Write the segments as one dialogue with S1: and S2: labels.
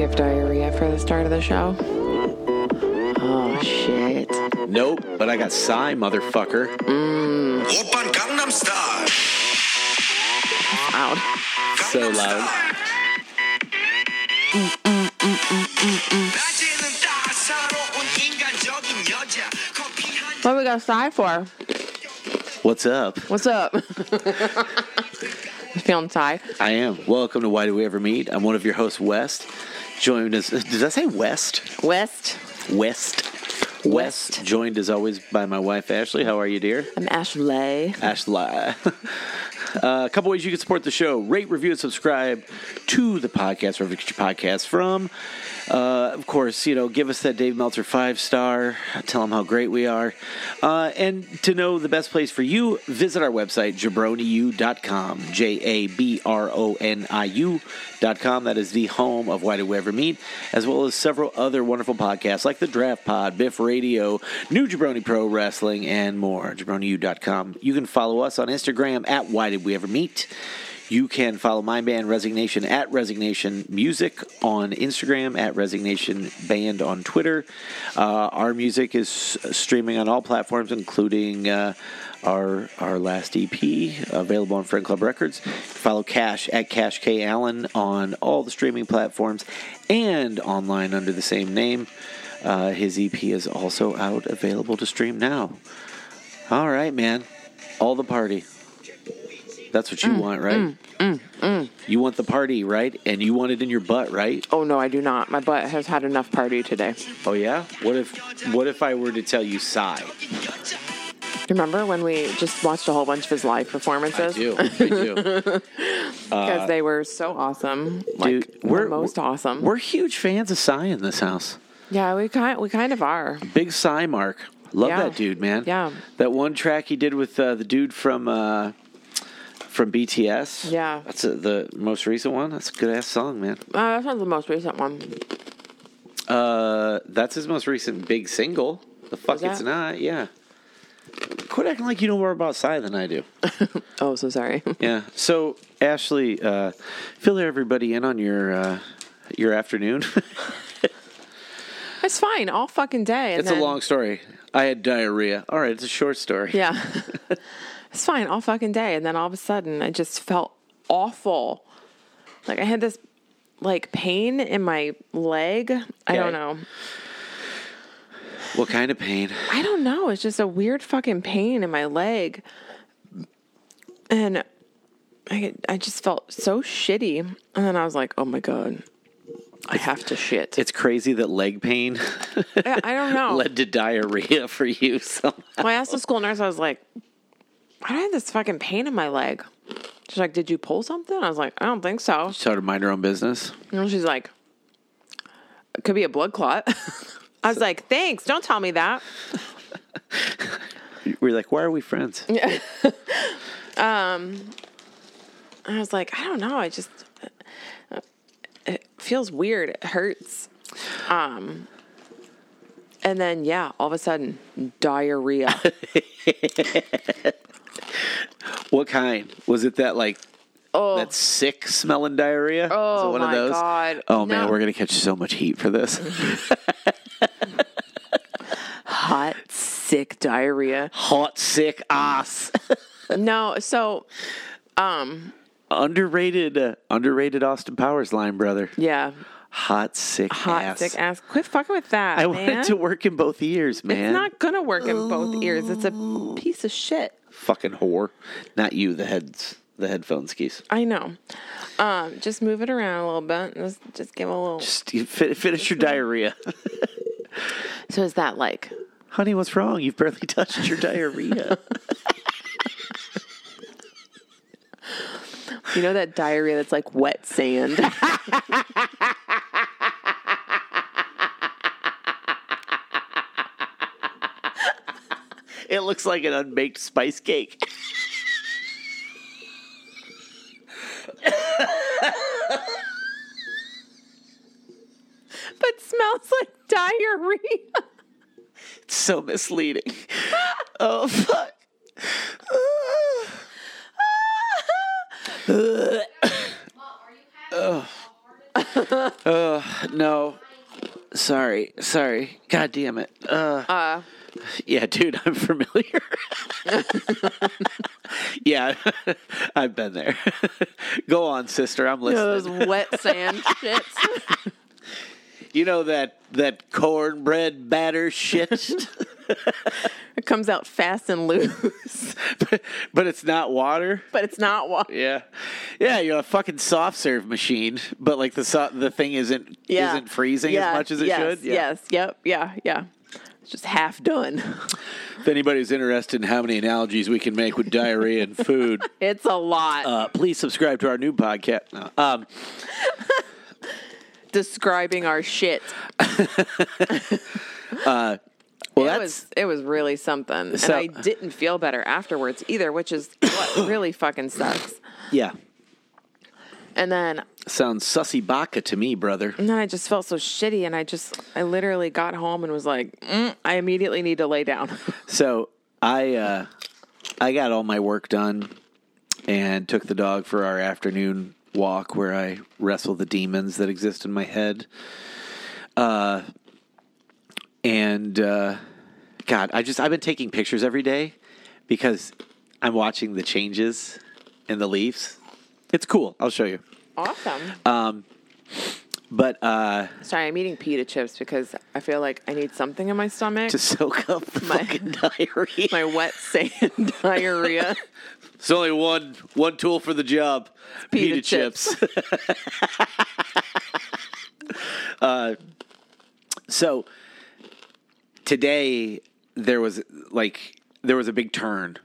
S1: have diarrhea for the start of the show? Oh, shit.
S2: Nope, but I got Psy, motherfucker.
S3: 오빤 강남 스타일.
S1: Loud.
S2: So loud.
S3: 낮에는 따사로운 인간적인 여자. 커피 한
S1: What we got sigh for?
S2: What's up?
S1: What's up? Feeling sigh.
S2: I am. Welcome to Why Do We Ever Meet? I'm one of your hosts, West. Joined as, did I say West?
S1: West.
S2: West. West.
S1: West.
S2: Joined as always by my wife, Ashley. How are you, dear?
S1: I'm Ashley.
S2: Ashley. Uh, a couple ways you can support the show rate, review, and subscribe to the podcast, wherever you get your podcasts from. Uh, of course, you know, give us that Dave Meltzer five star. Tell them how great we are. Uh, and to know the best place for you, visit our website, jabroniu.com. J A B R O N I U.com. That is the home of Why Do We Ever Meet, as well as several other wonderful podcasts like The Draft Pod, Biff Radio, New Jabroni Pro Wrestling, and more. JabroniU.com. You can follow us on Instagram at Why Did We Ever Meet. You can follow my band Resignation at Resignation Music on Instagram, at Resignation Band on Twitter. Uh, our music is streaming on all platforms, including uh, our our last EP, available on Friend Club Records. Follow Cash at Cash K Allen on all the streaming platforms and online under the same name. Uh, his EP is also out, available to stream now. All right, man. All the party. That's
S1: Mm,
S2: what you want, right? You want the party, right? And you want it in your butt, right?
S1: Oh, no, I do not. My butt has had enough party today.
S2: Oh yeah. What if what if I were to tell you sigh?
S1: Remember when we just watched a whole bunch of his live
S2: I
S1: performances?
S2: do. I do.
S1: Because they were so awesome. Like,
S2: Dude,
S1: the most awesome.
S2: We're huge fans of Psy in this house.
S1: yeah, we kind, we kind of are.
S2: Big Psy Mark. Love
S1: Yeah.
S2: that dude, man.
S1: Yeah.
S2: That one track he did with uh, the dude from uh, from BTS.
S1: Yeah.
S2: That's uh the most recent one. That's a good ass song, man.
S1: Uh, that's not the most recent one.
S2: Uh, that's his most recent big single. The fuck
S1: that?
S2: it's not. Yeah. Quit acting like you know more about Psy than I do.
S1: Oh, so sorry.
S2: Yeah. So Ashley, uh, fill everybody in on your uh, your afternoon.
S1: it's fine all fucking day. And
S2: it's
S1: then-
S2: a long story. I had diarrhea. All right, it's a short story.
S1: Yeah. it's fine all fucking day. And then all of a sudden, I just felt awful. Like I had this like pain in my leg. I
S2: Okay.
S1: don't know.
S2: What kind of pain?
S1: I don't know. It's just a weird fucking pain in my leg. And I I just felt so shitty. And then I was like, "Oh my god. I have to shit."
S2: It's crazy that leg pain
S1: I, I don't know.
S2: led to diarrhea for you. So
S1: Well, I asked the school nurse, I was like, why do I have this fucking pain in my leg? She's like, did you pull something? I was like, I don't think so.
S2: started mind her own business.
S1: And she's like, it could be a blood clot. I was like, thanks. Don't tell me that.
S2: We We're like, why are we friends?
S1: And I was like, I don't know. I just, it feels weird. It hurts. Um, and then, yeah, all of a sudden, diarrhea.
S2: What kind? Was it that like
S1: Oh,
S2: that sick smelling diarrhea? Is it
S1: Oh,
S2: one of
S1: my
S2: those?
S1: God.
S2: Oh man,
S1: No.
S2: we're gonna catch so much heat for this.
S1: hot, sick diarrhea.
S2: Hot sick ass.
S1: No, so
S2: underrated uh, underrated Austin Powers line, brother.
S1: yeah,
S2: Hot sick
S1: hot
S2: ass.
S1: sick ass. Quit fucking with that.
S2: I
S1: man.
S2: wanted to work in both ears, man.
S1: It's not gonna work in both ears. It's a piece of shit.
S2: fucking whore. Not you, the heads the headphone skis.
S1: I know. Um, just move it around a little bit. and Just, just give a little.
S2: Just you fi- finish your diarrhea.
S1: So is that like?
S2: Honey, what's wrong? You've barely touched your diarrhea.
S1: You know that diarrhea that's like wet sand.
S2: it looks like an unbaked spice cake.
S1: but smells like diarrhea.
S2: It's so misleading. oh fuck.
S4: Mom, are you happy?
S2: No. Sorry. Sorry. God damn it. Uh,
S1: Uh,
S2: yeah, dude, I'm familiar. yeah, I've been there. Go on, sister. I'm
S1: you know,
S2: listening.
S1: those wet sand shits.
S2: You know that that cornbread batter shit,
S1: It comes out fast and loose,
S2: but it's not water.
S1: but it's not water.
S2: Yeah, yeah, you're a fucking soft serve machine, but like the so- the thing isn't
S1: Yeah.
S2: isn't freezing
S1: Yeah,
S2: as much as it
S1: yes,
S2: should. Yeah.
S1: Yes. Yep. Yeah. Yeah. It's just half done.
S2: If anybody's interested in how many analogies we can make with diarrhea and food,
S1: It's a lot.
S2: uh, please subscribe to our new podcast. No. Um,
S1: Describing our shit. Uh,
S2: well,
S1: It
S2: that's
S1: was it was really something,
S2: So-
S1: and I didn't feel better afterwards either, which is what really fucking sucks.
S2: yeah.
S1: And then
S2: Sounds sussy baka to me, brother.
S1: And then I just felt so shitty, and I just, I literally got home and was like, mm, I immediately need to lay down.
S2: So I uh, I got all my work done and took the dog for our afternoon walk where I wrestle the demons that exist in my head. Uh, and uh, God, I just I've been taking pictures every day because I'm watching the changes in the leaves. It's cool. I'll show you.
S1: awesome.
S2: But uh,
S1: Uh, Sorry, I'm eating pita chips because I feel like I need something in my stomach.
S2: to soak up the
S1: My-
S2: fucking diarrhea.
S1: my wet sand diarrhea.
S2: It's only one one tool for the job.
S1: pita
S2: Pita, chips. uh, Uh, so today there was like there was a big turn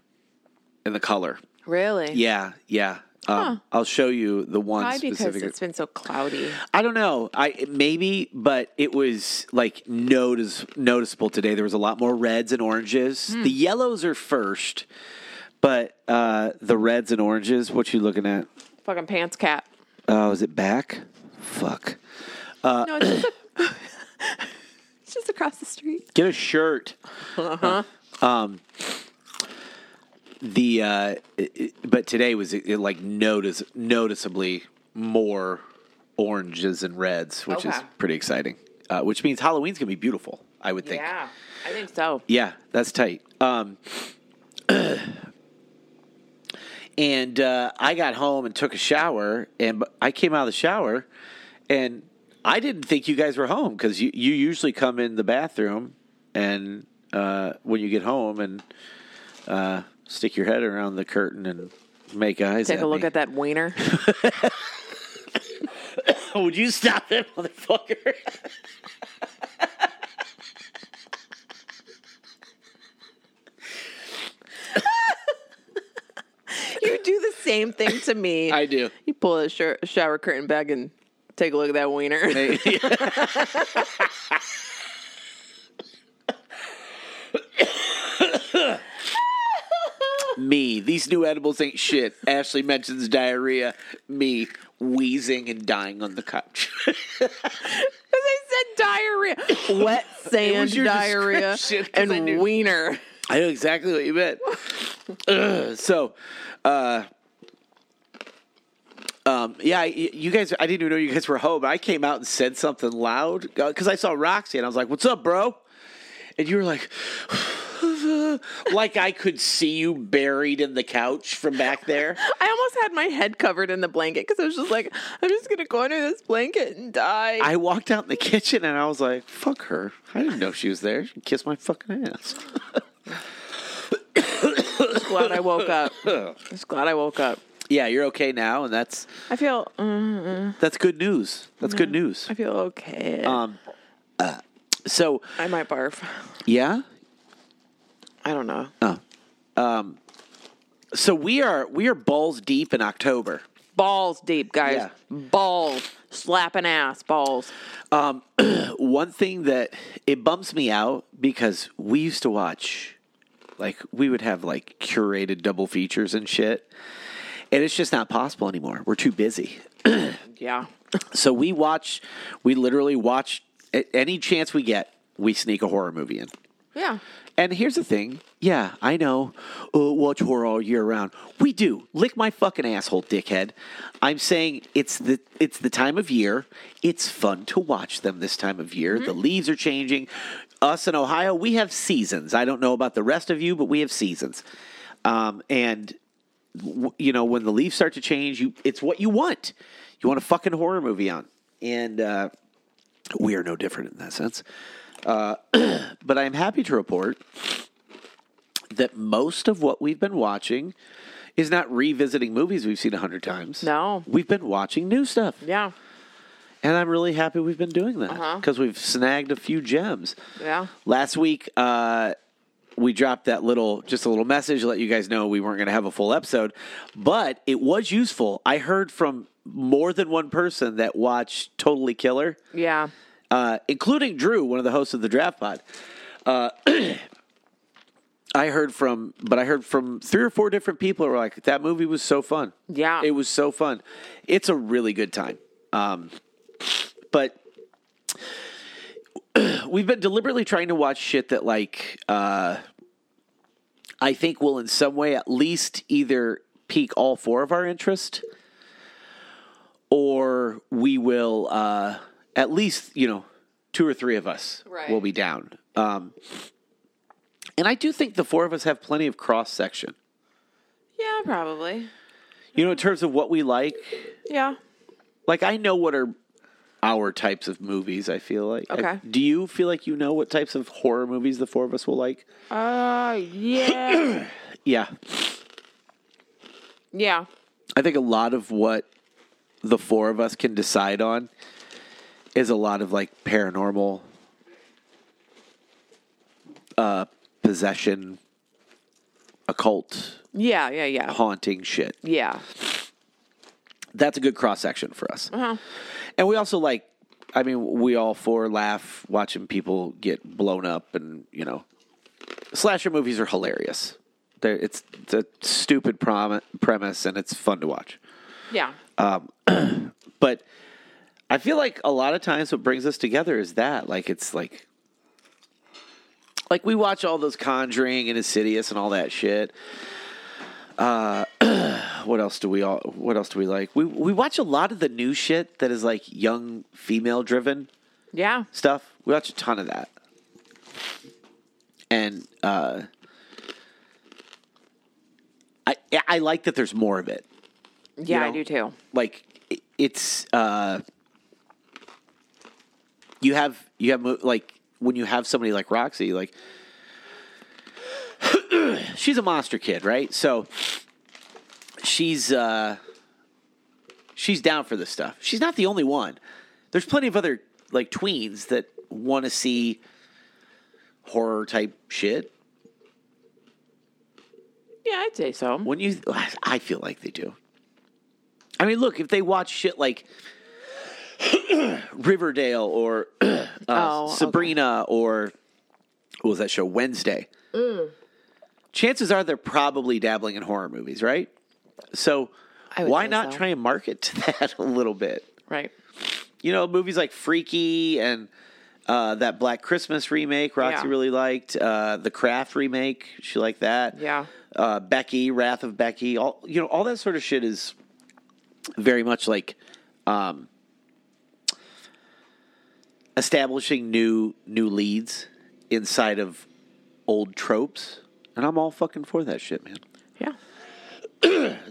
S2: in the color.
S1: Really?
S2: Yeah, yeah. Um, I'll show you the one
S1: Why? Because
S2: specific.
S1: it's been so cloudy.
S2: I don't know. I maybe, but it was like notice noticeable today. There was a lot more reds and oranges. The yellows are first, but uh, the reds and oranges. What you looking at?
S1: Fucking pants cap.
S2: Oh, is it back? Fuck.
S1: no, it's just, it's just across the street.
S2: Get a shirt. Um, the uh, it- it- but today was it, like notice noticeably more oranges and reds, which is
S1: Okay.
S2: pretty exciting. Uh, which means Halloween's gonna be beautiful. I would think.
S1: I think so.
S2: Yeah, that's tight. Um, and uh, I got home and took a shower, and b- I came out of the shower, and I didn't think you guys were home because you, you usually come in the bathroom, and uh, when you get home and uh, stick your head around the curtain and make eyes.
S1: Take
S2: at
S1: a look
S2: me.
S1: at that wiener.
S2: Would you stop that motherfucker?
S1: you do the same thing to me.
S2: I do.
S1: You pull a shir- shower curtain back and take a look at that wiener.
S2: Me, these new edibles ain't shit. Ashley mentions diarrhea. Me, wheezing and dying on the couch.
S1: Because I said diarrhea. Wet sand
S2: your
S1: diarrhea
S2: description, 'cause I
S1: and
S2: knew.
S1: wiener.
S2: I know exactly what you meant. Ugh, so, uh, um, yeah, I- you guys, I didn't even know you guys were home. I came out and said something loud because I saw Roxy and I was like, What's up, bro? And you were like, like I could see you buried in the couch from back there.
S1: I almost had my head covered in the blanket because I was just like, I'm just going to go under this blanket and die.
S2: I walked out in the kitchen and I was like, fuck her. I didn't know she was there. She kissed my fucking ass.
S1: just glad I woke up. just glad I woke up.
S2: Yeah, you're okay now, and that's
S1: I feel, mm,
S2: that's good news. That's good news.
S1: I feel okay.
S2: Um, uh, so
S1: I might barf.
S2: yeah,
S1: I don't know.
S2: so we are we are balls deep in October.
S1: Balls deep, guys.
S2: Yeah.
S1: Balls. Slapping ass. Balls.
S2: One thing that it bumps me out because we used to watch, like we would have like curated double features and shit, and it's just not possible anymore. We're too busy.
S1: Yeah.
S2: So we watch, we literally watch a- any chance we get. We sneak a horror movie in.
S1: Yeah.
S2: And here's the thing. Yeah, I know. Uh, watch horror all year round. We do. Lick my fucking asshole, dickhead. I'm saying it's the it's the time of year. It's fun to watch them this time of year. The leaves are changing. Us in Ohio, we have seasons. I don't know about the rest of you, but we have seasons. Um, and w- you know when the leaves start to change, you it's what you want. You want a fucking horror movie on, and uh, we are no different in that sense Uh, but I'm happy to report that most of what we've been watching is not revisiting movies we've seen a hundred times.
S1: No.
S2: we've been watching new stuff,
S1: Yeah.
S2: and I'm really happy we've been doing that
S1: Uh-huh.
S2: because we've snagged a few gems.
S1: Yeah.
S2: Last week, uh, we dropped that little, just a little message to let you guys know we weren't going to have a full episode, but it was useful. I heard from more than one person that watched Totally Killer
S1: Yeah.
S2: uh, including Drew, one of the hosts of the Draft Pod. Uh, I heard from, but I heard from three or four different people who were like, "That movie was so fun.
S1: Yeah.
S2: it was so fun. It's a really good time." Um, but we've been deliberately trying to watch shit that, like, uh, I think will in some way at least either pique all four of our interest or we will uh, at least you know two or three of us
S1: Right.
S2: will be down um, and i do think the four of us have plenty of cross section
S1: Yeah, probably.
S2: you know in terms of what we like
S1: Yeah.
S2: like i know what are our types of movies i feel like I-
S1: Okay.
S2: do you feel like you know what types of horror movies the four of us will like
S1: Uh, yeah.
S2: yeah
S1: yeah.
S2: i think a lot of what the four of us can decide on is a lot of like paranormal uh possession occult
S1: Yeah. Yeah. Yeah.
S2: haunting shit
S1: Yeah.
S2: that's a good cross section for us and we also like i mean we all four laugh watching people get blown up and you know slasher movies are hilarious They're, it's, it's a stupid prom- premise and it's fun to watch
S1: Yeah.
S2: but I feel like a lot of times what brings us together is that like it's like like we watch all those Conjuring and Insidious and all that shit. Uh, what else do we all? What else do we like? We we watch a lot of the new shit that is like young female driven
S1: Yeah.
S2: stuff. We watch a ton of that. And uh I I like that there's more of it
S1: Yeah. I
S2: know?
S1: do too.
S2: like i- it's uh you have you have mo- like when you have somebody like Roxy like she's a monster kid right so she's uh she's down for this stuff she's not the only one there's plenty of other like tweens that want to see horror type shit
S1: Yeah, I'd say so.
S2: When you, I feel like they do. I mean, look, if they watch shit like Riverdale or uh,
S1: Oh, okay.
S2: Sabrina or what was that show Wednesday,
S1: Mm.
S2: chances are they're probably dabbling in horror movies, right? So
S1: I would
S2: why
S1: say
S2: not
S1: so.
S2: try and market to that a little bit?
S1: Right.
S2: You know, movies like Freaky and uh, that Black Christmas remake Roxy
S1: Yeah.
S2: really liked, uh, the Craft remake, she liked that
S1: Yeah.
S2: uh, Becky, Wrath of Becky, all you know, all that sort of shit is very much like um, establishing new new leads inside of old tropes, and I'm all fucking for that shit, man.
S1: Yeah.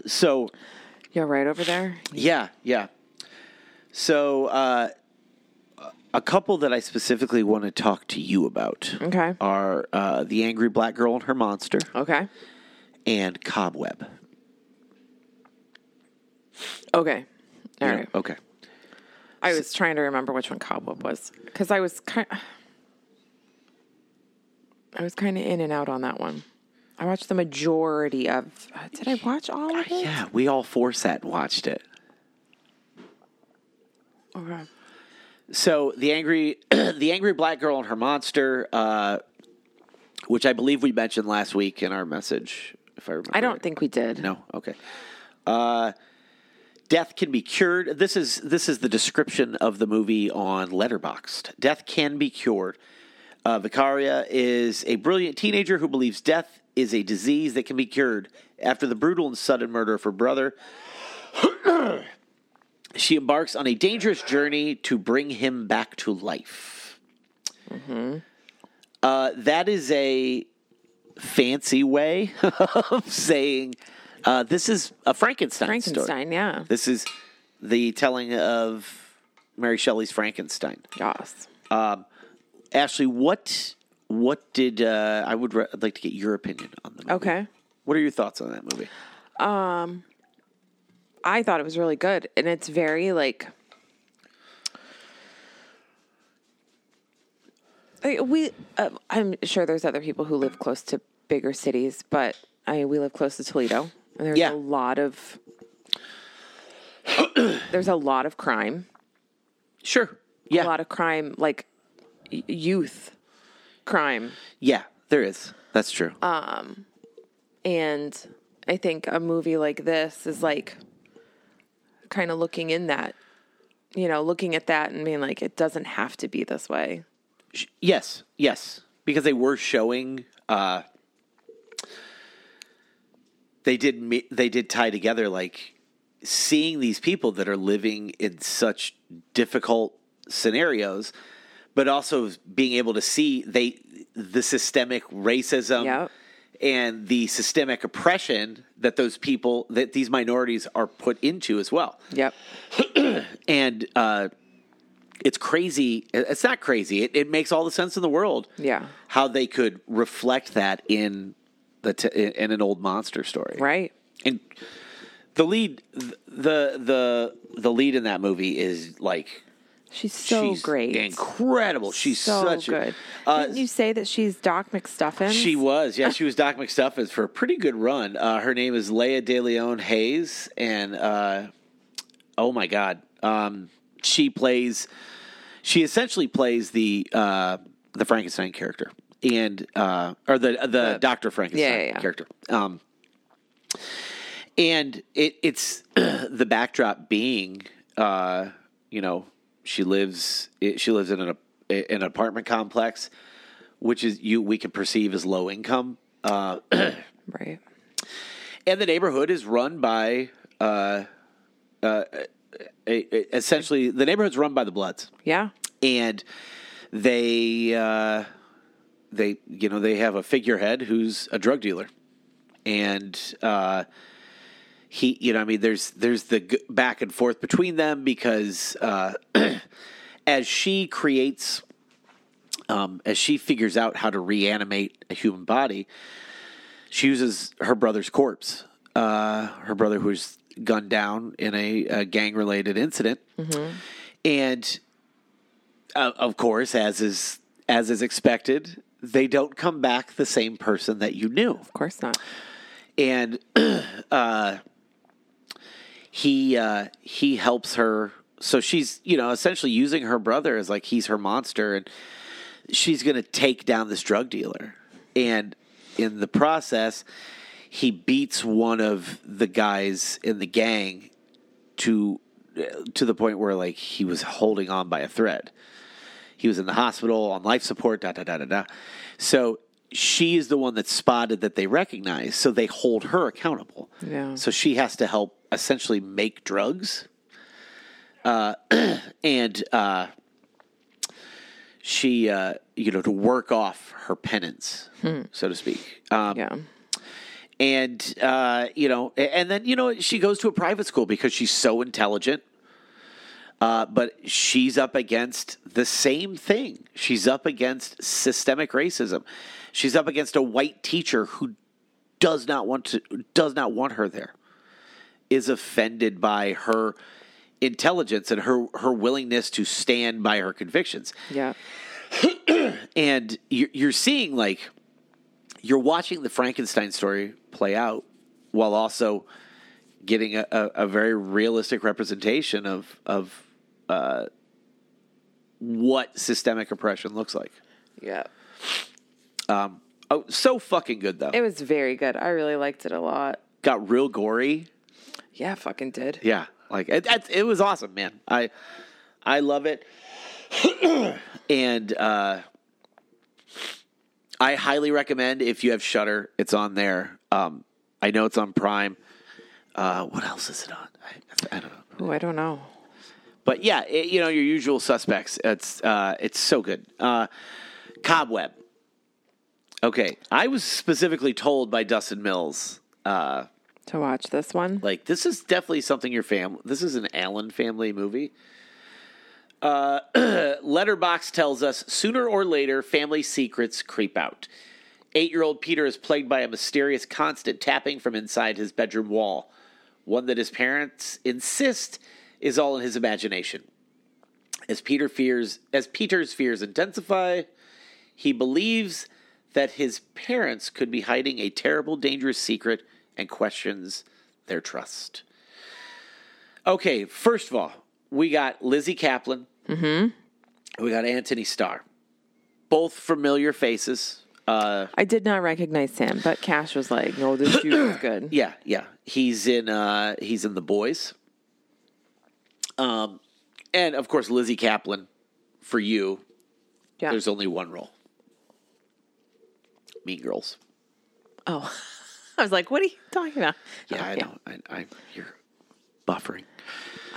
S2: So
S1: Yeah, right over there.
S2: yeah, yeah. So uh, a couple that I specifically want to talk to you about
S1: Okay.
S2: are uh, the angry black girl and her monster.
S1: Okay.
S2: and Cobweb.
S1: Okay. All
S2: You know,
S1: right.
S2: Okay.
S1: I was trying to remember which one Cobweb was because I was kind. I was kind of in and out on that one. I watched the majority of. uh, Did I watch all of it?
S2: Yeah, we all four sat and watched it.
S1: Okay.
S2: So the angry, the angry black girl and her monster, uh, which I believe we mentioned last week in our message. If I remember,
S1: I don't
S2: right.
S1: think we did.
S2: No. Okay. Uh, death can be cured. This is this is the description of the movie on Letterboxd. Death can be cured. Uh, Vicaria is a brilliant teenager who believes death is a disease that can be cured. After the brutal and sudden murder of her brother, she embarks on a dangerous journey to bring him back to life. Uh, that is a fancy way of saying uh, this is a Frankenstein, story.
S1: Frankenstein, yeah.
S2: This is the telling of Mary Shelley's Frankenstein.
S1: Yes.
S2: Ashley, what what did uh, I would re- I'd like to get your opinion on the movie.
S1: Okay.
S2: What are your thoughts on that movie?
S1: I thought it was really good. And it's very like I- we uh, I'm sure there's other people who live close to bigger cities, but I we live close to Toledo. And there's
S2: Yeah.
S1: a lot of there's a lot of crime.
S2: Sure. Yeah.
S1: A lot of crime like y- youth crime.
S2: yeah, there is. That's true.
S1: And I think a movie like this is like kind of looking in that, you know, looking at that and being like, it doesn't have to be this way.
S2: Sh- yes. Yes. Because they were showing uh they did me- they did tie together like seeing these people that are living in such difficult scenarios but also being able to see they the systemic racism
S1: Yep.
S2: and the systemic oppression that those people that these minorities are put into as well
S1: Yep.
S2: and uh, it's crazy. It's not crazy. It, it makes all the sense in the world.
S1: Yeah.
S2: how they could reflect that in the t- in an old monster story,
S1: Right.
S2: And the lead, the the the lead in that movie is like
S1: She's so
S2: she's
S1: great.
S2: incredible. She's
S1: so
S2: such
S1: good.
S2: A, uh,
S1: Didn't you say that she's Doc McStuffin?
S2: she was, yeah, she was Doc McStuffins for a pretty good run. Uh, her name is Leia De Leon Hayes, and uh, oh my god, um, she plays. She essentially plays the uh, the Frankenstein character, and uh, or the the, Doctor Frankenstein
S1: yeah, yeah.
S2: character. Um, and it it's the backdrop being, uh, you know, she lives it, she lives in an ap- in an apartment complex which is you we can perceive as low income. Uh,
S1: Right.
S2: and the neighborhood is run by uh, uh, a, a- essentially the neighborhood's run by the Bloods,
S1: Yeah.
S2: and they uh, they you know they have a figurehead who's a drug dealer, and uh, he you know I mean there's there's the g- back and forth between them because uh, as she creates um, as she figures out how to reanimate a human body, she uses her brother's corpse, uh, her brother who was gunned down in a, a gang related incident, and uh, of course, as is as is expected, they don't come back the same person that you knew
S1: Of course not.
S2: and uh, he uh, he helps her. So she's you know essentially using her brother as like he's her monster, and she's going to take down this drug dealer. And in the process, he beats one of the guys in the gang to to the point where like he was holding on by a thread. He was in the hospital on life support. Da da da da da. So she is the one that spotted that they recognize. So they hold her accountable.
S1: Yeah.
S2: So she has to help essentially make drugs. Uh, and uh, she, uh, you know, to work off her penance, so to speak. Um,
S1: Yeah.
S2: and uh, you know, and then you know she goes to a private school because she's so intelligent. Uh, but she's up against the same thing. She's up against systemic racism. She's up against a white teacher who does not want to does not want her there. Is offended by her intelligence and her her willingness to stand by her convictions
S1: Yeah.
S2: and you're, you're seeing like you're watching the Frankenstein story play out while also getting a, a, a very realistic representation of of uh, what systemic oppression looks like.
S1: Yeah.
S2: Oh, so fucking good though.
S1: It was very good. I really liked it a lot.
S2: Got real gory.
S1: Yeah, fucking did.
S2: Yeah, like it, it, it was awesome, man. I I love it, and uh, I highly recommend if you have Shutter, it's on there. Um, I know it's on Prime. Uh, what else is it on? I, I don't know.
S1: Oh, I don't know.
S2: But yeah, it, you know your usual suspects. It's uh, it's so good. Uh, Cobweb. Okay, I was specifically told by Dustin Mills, uh,
S1: To watch this one.
S2: like this is definitely something your family. This is an Allen family movie. Uh, Letterbox tells us sooner or later, family secrets creep out. Eight-year-old Peter is plagued by a mysterious, constant tapping from inside his bedroom wall, one that his parents insist is all in his imagination. As Peter fears, as Peter's fears intensify, he believes that his parents could be hiding a terrible, dangerous secret and questions their trust. Okay, first of all, we got Lizzie Kaplan. Mm-hmm. We got Anthony Starr. Both familiar faces. Uh,
S1: I did not recognize him, but Cash was like, "No, this shoot is good."
S2: yeah, yeah. He's in uh, he's in The Boys. Um, and of course Lizzie Kaplan for you.
S1: Yeah.
S2: There's only one role. Mean Girls.
S1: oh, I was like, "What are you talking about?"
S2: Yeah, I
S1: yeah.
S2: know. I, I, you're buffering.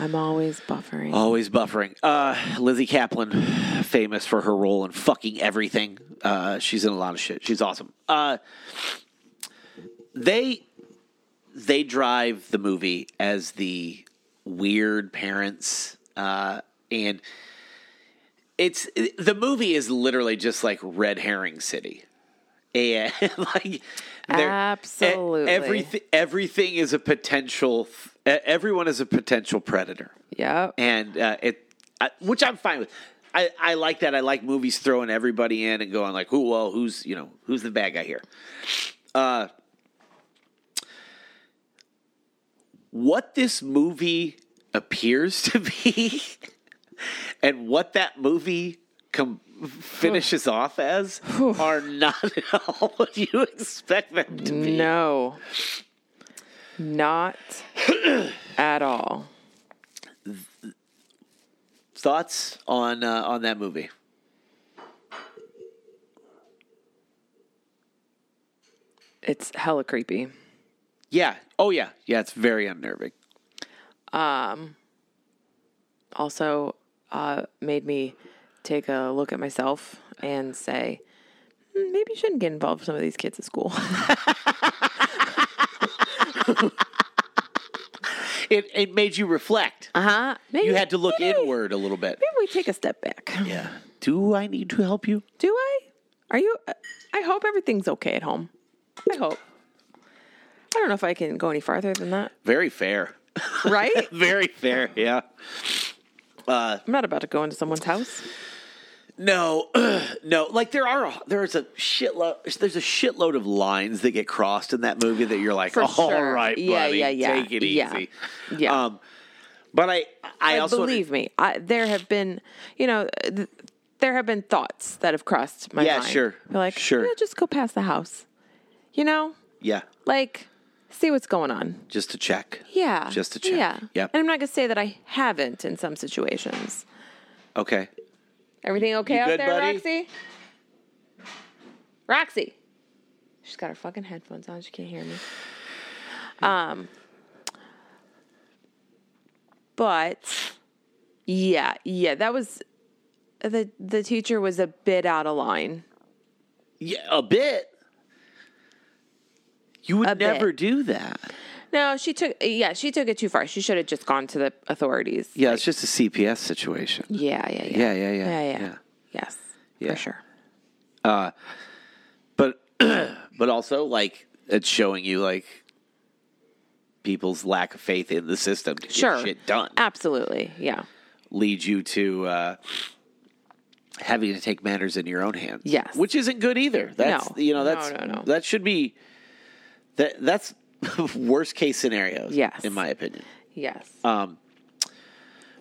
S1: I'm always buffering.
S2: Always buffering. Uh, Lizzie Kaplan, famous for her role in fucking everything. Uh, she's in a lot of shit. She's awesome. Uh, they they drive the movie as the weird parents, uh, and it's the movie is literally just like Red Herring City. And like they're- e-
S1: Absolutely.
S2: everything everything is a potential th- e- everyone is a potential predator
S1: Yep.
S2: and uh, it, I, which I'm fine with. I, I like that. I like movies throwing everybody in and going like, "Who? Well, who's you know who's the bad guy here?" Uh, what this movie appears to be, and what that movie com- finishes off as, are not at all what you expect them to be.
S1: No. Not at all.
S2: Thoughts on uh, on that movie?
S1: It's hella creepy.
S2: Yeah. Oh yeah. Yeah. It's very unnerving.
S1: Also, uh, made me take a look at myself and say, "Hmm, maybe you shouldn't get involved with some of these kids at school.
S2: It it made you reflect.
S1: Uh huh. Maybe
S2: You had to look
S1: maybe-
S2: inward a little bit.
S1: Maybe we take a step back.
S2: Yeah. Do I need to help you?
S1: Do I? Are you? uh, I hope everything's okay at home. I hope. I don't know if I can go any farther than that.
S2: Very fair.
S1: Right?
S2: Very fair. Yeah.
S1: I'm not about to go into someone's house.
S2: No, no. Like there are a, there's a shitload there's a shitload of lines that get crossed in that movie that you're like,
S1: For
S2: all right,
S1: sure. Yeah,
S2: buddy,
S1: yeah, yeah.
S2: take it
S1: Yeah.
S2: easy.
S1: Yeah.
S2: Um, but I I
S1: But
S2: also
S1: believe me, I, there have been, you know, th- there have been thoughts that have crossed my
S2: Yeah,
S1: mind.
S2: sure.
S1: You're like,
S2: Sure.
S1: yeah, just go past the house. You know,
S2: yeah,
S1: like, see what's going on.
S2: just to check.
S1: Yeah.
S2: Just to check.
S1: Yeah.
S2: Yep.
S1: And I'm not going to say that I haven't in some situations.
S2: Okay.
S1: Everything okay
S2: You
S1: out
S2: good,
S1: there,
S2: buddy?
S1: Roxy? Roxy. She's got her fucking headphones on. She can't hear me. Um, but yeah, yeah, that was the the teacher was a bit out of line.
S2: Yeah, a bit. You would
S1: A bit.
S2: never do that.
S1: No, she took yeah, she took it too far. She should have just gone to the authorities.
S2: Yeah, it's just a CPS situation.
S1: Yeah, yeah, yeah.
S2: Yeah, yeah, yeah,
S1: Yeah,
S2: yeah.
S1: Yes.
S2: Yeah.
S1: For sure.
S2: but but also like it's showing you like people's lack of faith in the system to get
S1: Sure.
S2: shit done
S1: Absolutely. Yeah.
S2: leads you to uh having to take matters in your own hands
S1: Yes.
S2: which isn't good either that's
S1: No.
S2: you know
S1: No,
S2: that's
S1: no, no.
S2: that should be that that's worst case scenarios
S1: Yes.
S2: in my opinion
S1: Yes.
S2: um,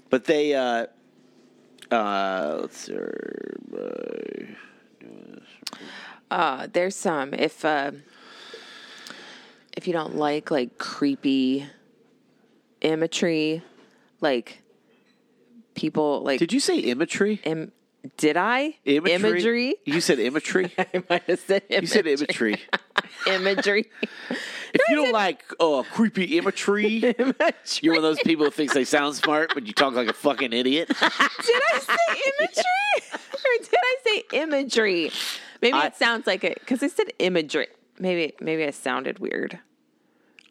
S2: but they, uh, uh, let's see, uh,
S1: Uh, there's some if uh, if you don't like like creepy imagery, like people like
S2: did you say imagery?
S1: im- Did I? Imagery?
S2: You said imagery.
S1: I might have said imagery.
S2: You said imagery.
S1: imagery.
S2: If you don't like uh, creepy imagery, you're one of those people who thinks they sound smart, but you talk like a fucking idiot.
S1: Did I say imagery? or did I say imagery? Maybe
S2: I-
S1: it sounds like it because I said imagery. Maybe maybe I sounded weird.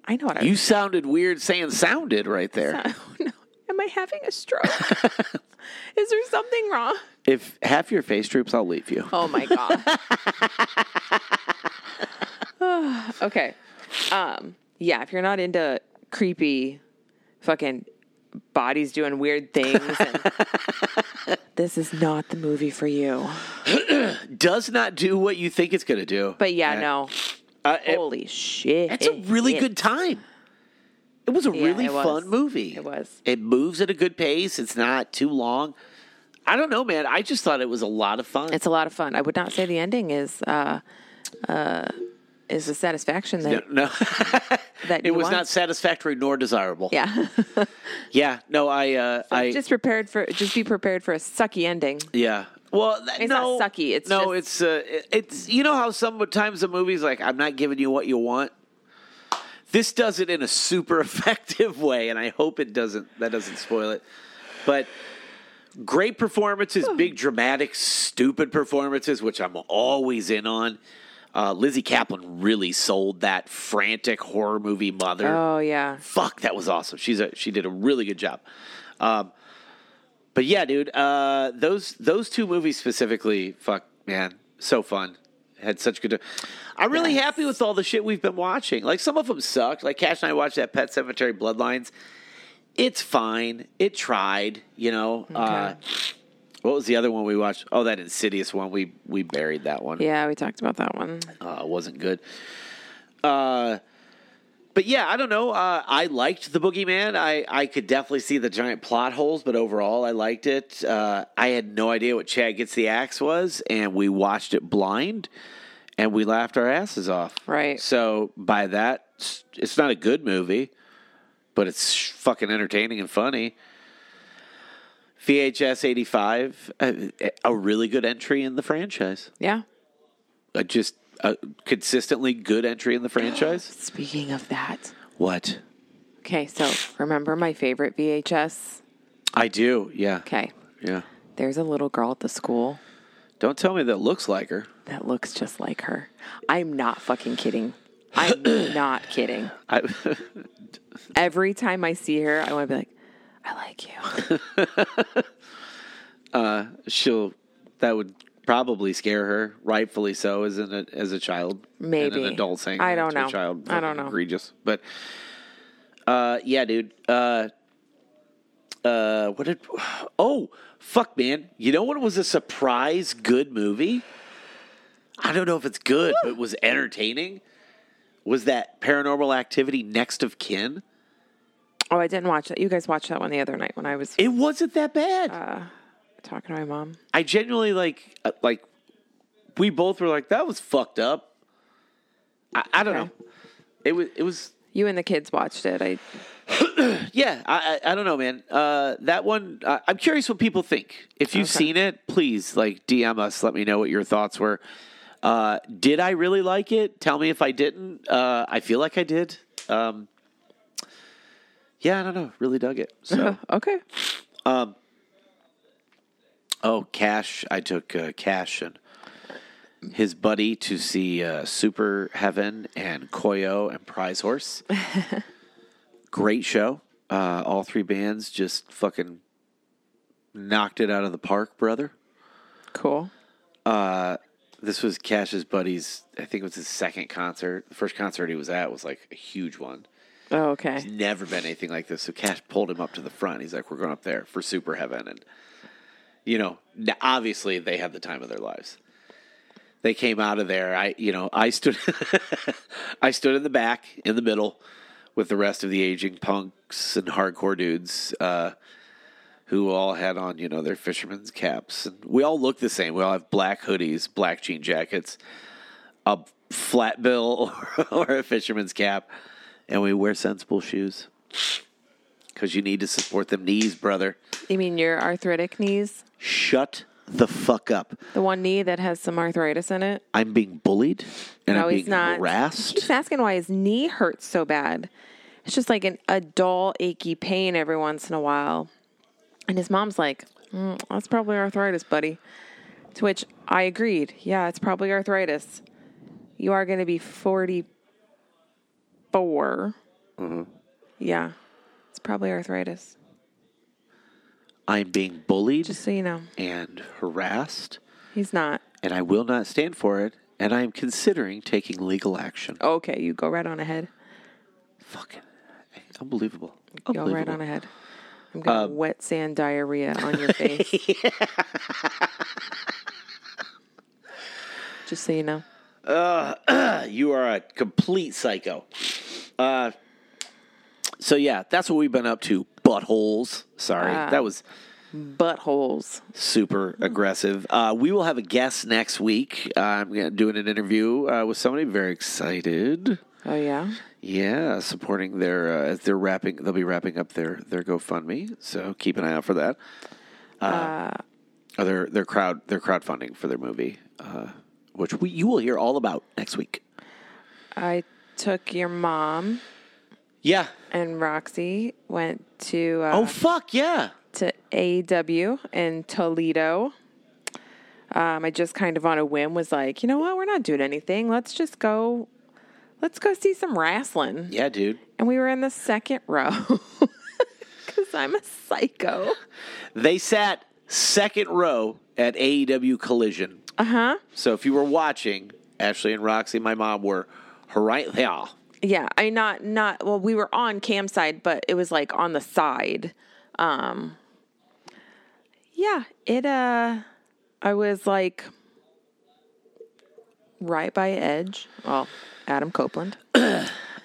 S1: I know what I
S2: You sounded weird saying sounded right there.
S1: Oh, no. Am I having a stroke? Is there something wrong?
S2: If half your face droops, I'll leave you.
S1: Oh my god. okay. Um, yeah, if you're not into creepy fucking bodies doing weird things and this is not the movie for you.
S2: Does not do what you think it's going to do.
S1: But yeah, no.
S2: Uh, it-
S1: Holy shit.
S2: That's a really good time. It was a
S1: Yeah,
S2: really
S1: it was.
S2: fun movie.
S1: It was.
S2: It moves at a good pace. It's not too long. I don't know, man. I just thought it was a lot of fun.
S1: It's a lot of fun. I would not say the ending is uh uh is the satisfaction that
S2: no,
S1: that
S2: it
S1: you
S2: was
S1: want.
S2: not satisfactory nor desirable.
S1: Yeah.
S2: Yeah, no, I, uh, I
S1: just prepared for just be prepared for a sucky ending.
S2: yeah. Well, that,
S1: It's
S2: no,
S1: not sucky, it's
S2: no,
S1: just-
S2: it's uh, it- it's you know how sometimes a movie's like, I'm not giving you what you want. This does it in a super effective way, and I hope it doesn't. That doesn't spoil it, but. Great performances, big dramatic, stupid performances, which I'm always in on. Uh, Lizzie Kaplan really sold that frantic horror movie mother.
S1: Oh yeah.
S2: fuck that was awesome she's a she did a really good job um but yeah dude uh those those two movies specifically fuck man so fun had such good i'm really happy with all the shit we've been watching like some of them sucked like cash and i watched that pet cemetery bloodlines it's fine it tried you know uh what was the other one we watched oh that insidious one we we buried that one
S1: Yeah, we talked about that one.
S2: uh, wasn't good. Uh, but yeah, I don't know. Uh, I liked the Boogeyman. I I could definitely see the giant plot holes, but overall, I liked it. Uh, I had no idea what Chad gets the axe was, and we watched it blind, and we laughed our asses off.
S1: Right.
S2: So by that, it's- it's not a good movie, but it's fucking entertaining and funny. VHS eighty five, a, uh, a really good entry in the franchise
S1: Yeah.
S2: a just a consistently good entry in the franchise.
S1: Speaking of that.
S2: what?
S1: Okay, so remember my favorite VHS?
S2: I do. Yeah.
S1: Okay.
S2: Yeah.
S1: There's a little girl at the school
S2: Don't tell me that looks like her.
S1: that looks just like her. I'm not fucking kidding. I'm not kidding.
S2: I,
S1: Every time I see her, I want to be like, I like you.
S2: she'll. That would probably scare her. Rightfully so, as an as a child, and
S1: Maybe.
S2: an adult saying
S1: I
S2: that
S1: don't
S2: to a
S1: know.
S2: child,
S1: I don't
S2: fucking
S1: know.
S2: Egregious, but. Uh, yeah, dude. Uh, uh, what did? Oh, fuck, man. You know what was a surprise good movie? I don't know if it's good, but it was entertaining. Was that Paranormal Activity Next of Kin?
S1: Oh, I didn't watch that. You guys watched that one the other night when I was
S2: It wasn't that bad.
S1: talking to my mom.
S2: I genuinely like uh, like we both were like that was fucked up. I, I don't
S1: Okay.
S2: know. It was it was
S1: You and the kids watched it. I
S2: yeah. I I, I don't know, man. Uh, that one. Uh, I'm curious what people think. If you've seen it, please like DM us. Let me know what your thoughts were. Uh, did I really like it? Tell me if I didn't. Uh, I feel like I did. Um, yeah, I don't know. Really dug it. So.
S1: okay.
S2: Oh, Cash. I took uh, Cash and his buddy to see uh, Super Heaven and Koyo and Prize Horse. Great show. Uh, all three bands just fucking knocked it out of the park, brother.
S1: Cool.
S2: This was Cash's buddy's, I think it was his second concert. The first concert he was at was like a huge one.
S1: Oh, okay.
S2: Never been anything like this. So Cash pulled him up to the front. He's like, we're going up there for Super Heaven. And, you know, n- obviously they had the time of their lives. They came out of there. I, you know, I stood, I stood in the back, in the middle, with the rest of the aging punks and hardcore dudes, uh, who all had on, you know, their fishermen's caps, and we all look the same. We all have black hoodies, black jean jackets, a flat bill, or a fisherman's cap, and we wear sensible shoes because you need to support them knees, brother.
S1: You mean your arthritic knees?
S2: Shut the fuck up.
S1: The one knee that has some arthritis in it.
S2: I'm being bullied and
S1: no,
S2: I'm being
S1: he's not.
S2: harassed.
S1: He's asking why his knee hurts so bad. It's just like an, a dull, achy pain every once in a while. And his mom's like, "Mm, that's probably arthritis, buddy. To which I agreed. Yeah, it's probably arthritis. You are going to be 44.
S2: Mm-hmm.
S1: Yeah, it's probably arthritis.
S2: I'm being bullied
S1: Just so you know,
S2: and harassed,
S1: he's not.
S2: and I will not stand for it. And I am considering taking legal action.
S1: Okay, you go right on ahead.
S2: Fucking unbelievable.
S1: Go right
S2: Unbelievable.
S1: on
S2: Um,
S1: ahead. I'm going to wet sand diarrhea on your face. Just so you know.
S2: Uh, You are a complete psycho. Uh, so yeah, that's what we've been up to. Buttholes. Sorry,
S1: Wow.
S2: that was
S1: Buttholes.
S2: super aggressive. Uh, we will have a guest next week. Uh, I'm gonna- doing an interview uh, with somebody very excited.
S1: Oh, yeah?
S2: Yeah, supporting their uh, as they're wrapping. They'll be wrapping up their their GoFundMe. So keep an eye out for that. Uh, their their crowd their crowdfunding for their movie, uh, which we you will hear all about next week.
S1: I took your mom
S2: Yeah.
S1: and Roxy went to uh,
S2: Oh fuck yeah.
S1: to AW in Toledo. Um, I just kind of on a whim was like, you know what? We're not doing anything. Let's just go. Let's go see some wrestling.
S2: Yeah, dude.
S1: and we were in the second row because I'm a psycho.
S2: They sat second row at AEW Collision. Uh huh.
S1: Uh-huh.
S2: So if you were watching, Ashley and Roxy, my mom were her right there.
S1: Yeah, I not not well. We were on cam side, but it was like on the side. Um, yeah, it. Uh, I was like right by Edge. Well, Adam Copeland.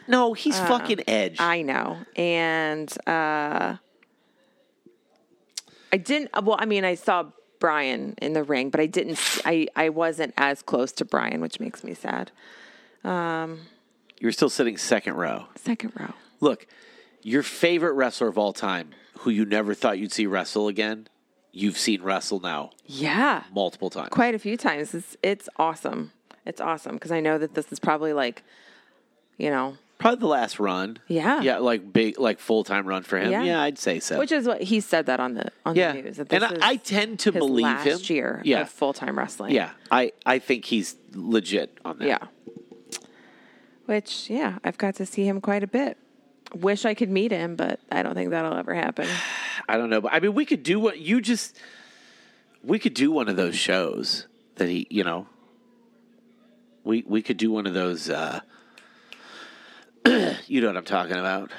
S2: No, he's fucking Edge.
S1: Uh, I know. And uh I didn't uh, well, I mean, I saw Brian in the ring, but I didn't I I wasn't as close to Brian, which makes me sad.
S2: you were still sitting second row.
S1: Second row.
S2: Look, your favorite wrestler of all time, who you never thought you'd see wrestle again, you've seen wrestle now
S1: Yeah.
S2: multiple times.
S1: Quite a few times. It's it's awesome. It's awesome because I know that this is probably like you know,
S2: Probably the last run.
S1: Yeah.
S2: Yeah, like big, like full time run for him. Yeah.
S1: Yeah.
S2: I'd say so.
S1: which is what he said that on the on
S2: yeah,
S1: the news. That
S2: and
S1: this
S2: I,
S1: is
S2: I tend to
S1: his
S2: believe
S1: last
S2: him.
S1: year
S2: Yeah,
S1: of full time wrestling.
S2: yeah. I I think he's legit on that.
S1: Yeah. Which, yeah, I've got to see him quite a bit. Wish I could meet him, but I don't think that'll ever happen.
S2: I don't know, but I mean, we could do what you just. We could do one of those shows that he, you know. We we could do one of those. uh You know what I'm talking about?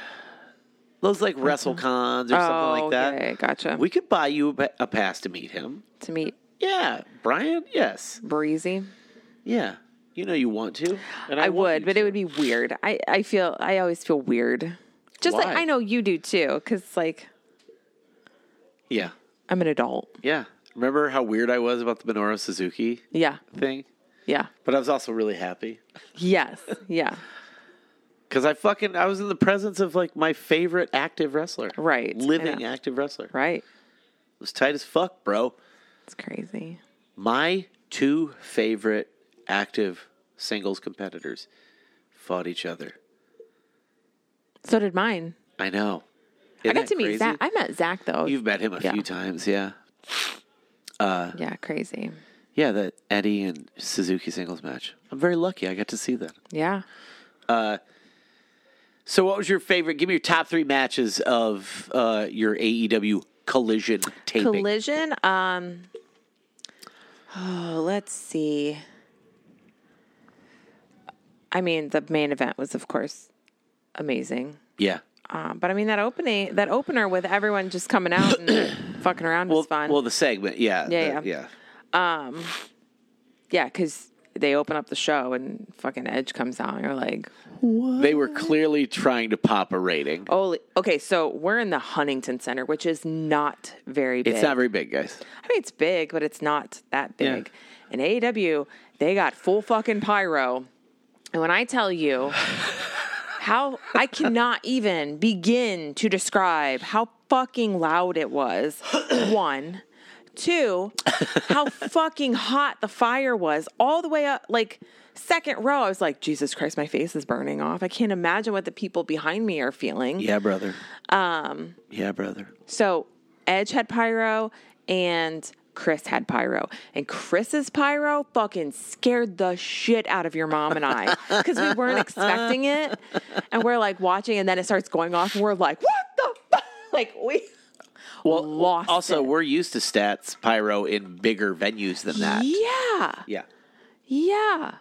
S2: Those like WrestleCons or something like that.
S1: Oh, okay, gotcha.
S2: We could buy you a, pa- a pass to meet him.
S1: to meet
S2: Yeah, Brian. Yes.
S1: Breezy,
S2: Yeah. You know you want to, and
S1: I,
S2: want
S1: would,
S2: you
S1: but
S2: to.
S1: it would be weird. I, I feel I always feel weird. Just like
S2: Why?
S1: I know you do too, because like
S2: yeah,
S1: I'm an adult.
S2: yeah. Remember how weird I was about the Minoru Suzuki
S1: Yeah,
S2: thing?
S1: yeah,
S2: But I was also really happy.
S1: yes, yeah,
S2: Because I fucking I was in the presence of like my favorite active wrestler,
S1: Right, I
S2: Living
S1: know.
S2: active wrestler.
S1: right.
S2: It was tight as fuck, bro.
S1: It's crazy.
S2: My two favorite active singles competitors fought each other.
S1: So did mine.
S2: I know.
S1: I got to meet Zach. I met Zach though.
S2: You've met him a
S1: Yeah.
S2: few times, yeah,
S1: yeah, crazy.
S2: yeah. That Eddie and Suzuki singles match. I'm very lucky. I got to see that.
S1: Yeah.
S2: So, what was your favorite? Give me your top three matches of uh, your AEW Collision taping.
S1: collision um oh let's see i mean the main event was of course amazing
S2: yeah.
S1: um, but i mean that opening that opener with everyone just coming out and fucking around was fun
S2: Well, the segment. Yeah.
S1: Yeah,
S2: the-
S1: yeah.
S2: yeah.
S1: yeah because they open up the show and fucking edge comes out and you're like
S2: They were clearly trying to pop a rating.
S1: holy okay so we're in the huntington center which is not very big
S2: It's not very big, guys.
S1: I mean, it's big, but it's not that
S2: Yeah.
S1: big. And AEW, they got full fucking pyro. And when I tell you how, I cannot even begin to describe how fucking loud it was. One. Two, how fucking hot the fire was all the way up, like second row. I was like, Jesus Christ, my face is burning off. I can't imagine what the people behind me are feeling.
S2: Yeah, brother. Um. Yeah, brother.
S1: So Edge had pyro and Chris had pyro. And Chris's pyro fucking scared the shit out of your mom and I because we weren't expecting it. And we're like watching, and then it starts going off, and we're like, what the fuck? Like, we well, lost.
S2: Also,
S1: it.
S2: we're used to stats pyro in bigger venues than that.
S1: Yeah.
S2: Yeah.
S1: Yeah.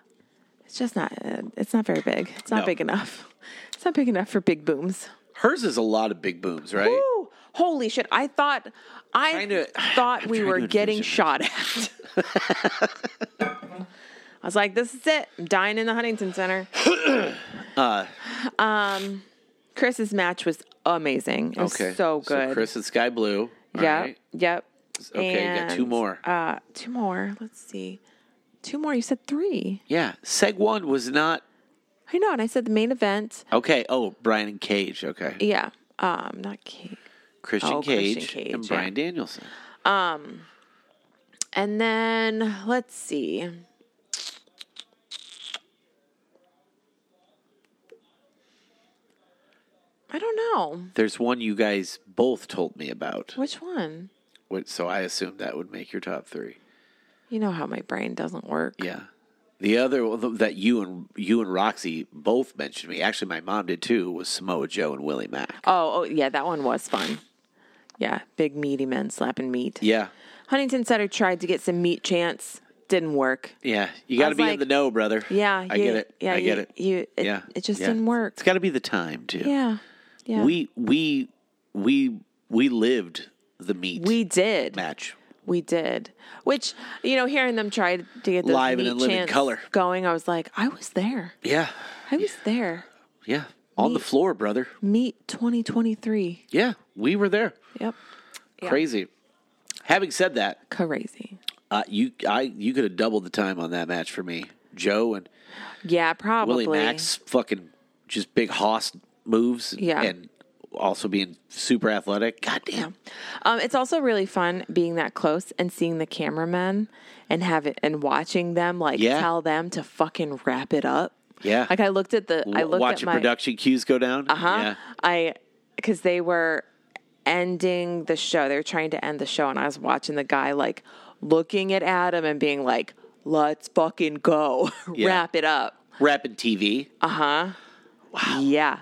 S1: It's just not, uh, it's not very big. It's not
S2: No.
S1: big enough. It's not big enough for big booms.
S2: Hers is a lot of big booms, right?
S1: Woo! Holy shit. I thought, I
S2: Trying to-
S1: thought
S2: I'm
S1: we
S2: trying
S1: were
S2: to
S1: getting
S2: envision.
S1: shot at. I was like, this is it. I'm dying in the Huntington Center. um,
S2: Uh,
S1: Chris's match was amazing. It was so good.
S2: So Chris and Sky Blue. All
S1: yep.
S2: right.
S1: Yep.
S2: Okay, you got two
S1: And,
S2: more.
S1: Uh, two more. Let's see. Two more. You said three.
S2: Yeah. Seg one was not
S1: I know. And I said the main event.
S2: okay. Oh, Brian and Cage. Okay.
S1: Yeah. Um, not Kate.
S2: Christian,
S1: Oh,
S2: Cage,
S1: Christian Cage,
S2: and
S1: yeah.
S2: Brian Danielson.
S1: And then let's see. I don't know.
S2: There's one you guys both told me about.
S1: Which one?
S2: What- So I assumed that would make your top three.
S1: You know how my brain doesn't work.
S2: Yeah. The other one that you and you and Roxy both mentioned me. Actually, my mom did too. Was Samoa Joe and Willie Mack.
S1: Oh, oh yeah, that one was fun. Yeah, big meaty men slapping meat.
S2: Yeah.
S1: Huntington Sutter tried to get some meat chance, didn't work.
S2: Yeah. You got to
S1: was
S2: be in
S1: like-
S2: the know, brother.
S1: Yeah,
S2: I
S1: you-
S2: get it.
S1: Yeah,
S2: I get
S1: you-
S2: it.
S1: You, it,
S2: yeah.
S1: it just
S2: Yeah.
S1: didn't
S2: It's
S1: work.
S2: got to be the time too.
S1: Yeah, yeah.
S2: We we we we lived the meat
S1: we did.
S2: match.
S1: We did. Which, you know, hearing them try to get those
S2: Live and
S1: neat
S2: in living
S1: chants
S2: color.
S1: going, I was like, I was there.
S2: Yeah.
S1: I was there.
S2: Yeah. On the floor, brother.
S1: Meet 2023.
S2: Yeah. We were there.
S1: Yep. Yeah.
S2: Crazy. Having said that,
S1: Crazy.
S2: uh, you I you could have doubled the time on that match for me. Joe and
S1: Yeah, probably.
S2: Willie Max fucking just big hoss moves and-
S1: Yeah.
S2: and also being super athletic. God damn.
S1: Um, it's also really fun being that close and seeing the cameramen and have it and watching them like
S2: Yeah.
S1: tell them to fucking wrap it up.
S2: Yeah.
S1: Like I looked at the I
S2: W-
S1: looked
S2: Watching
S1: at my Uh-huh.
S2: production cues go down. Uh
S1: Huh?
S2: Yeah.
S1: I because they were ending the show. They were trying to end the show, and I was watching the guy like looking at Adam and being like, "Let's fucking go,
S2: Yeah.
S1: wrap it up."
S2: Rapid TV.
S1: Uh-huh. Yeah,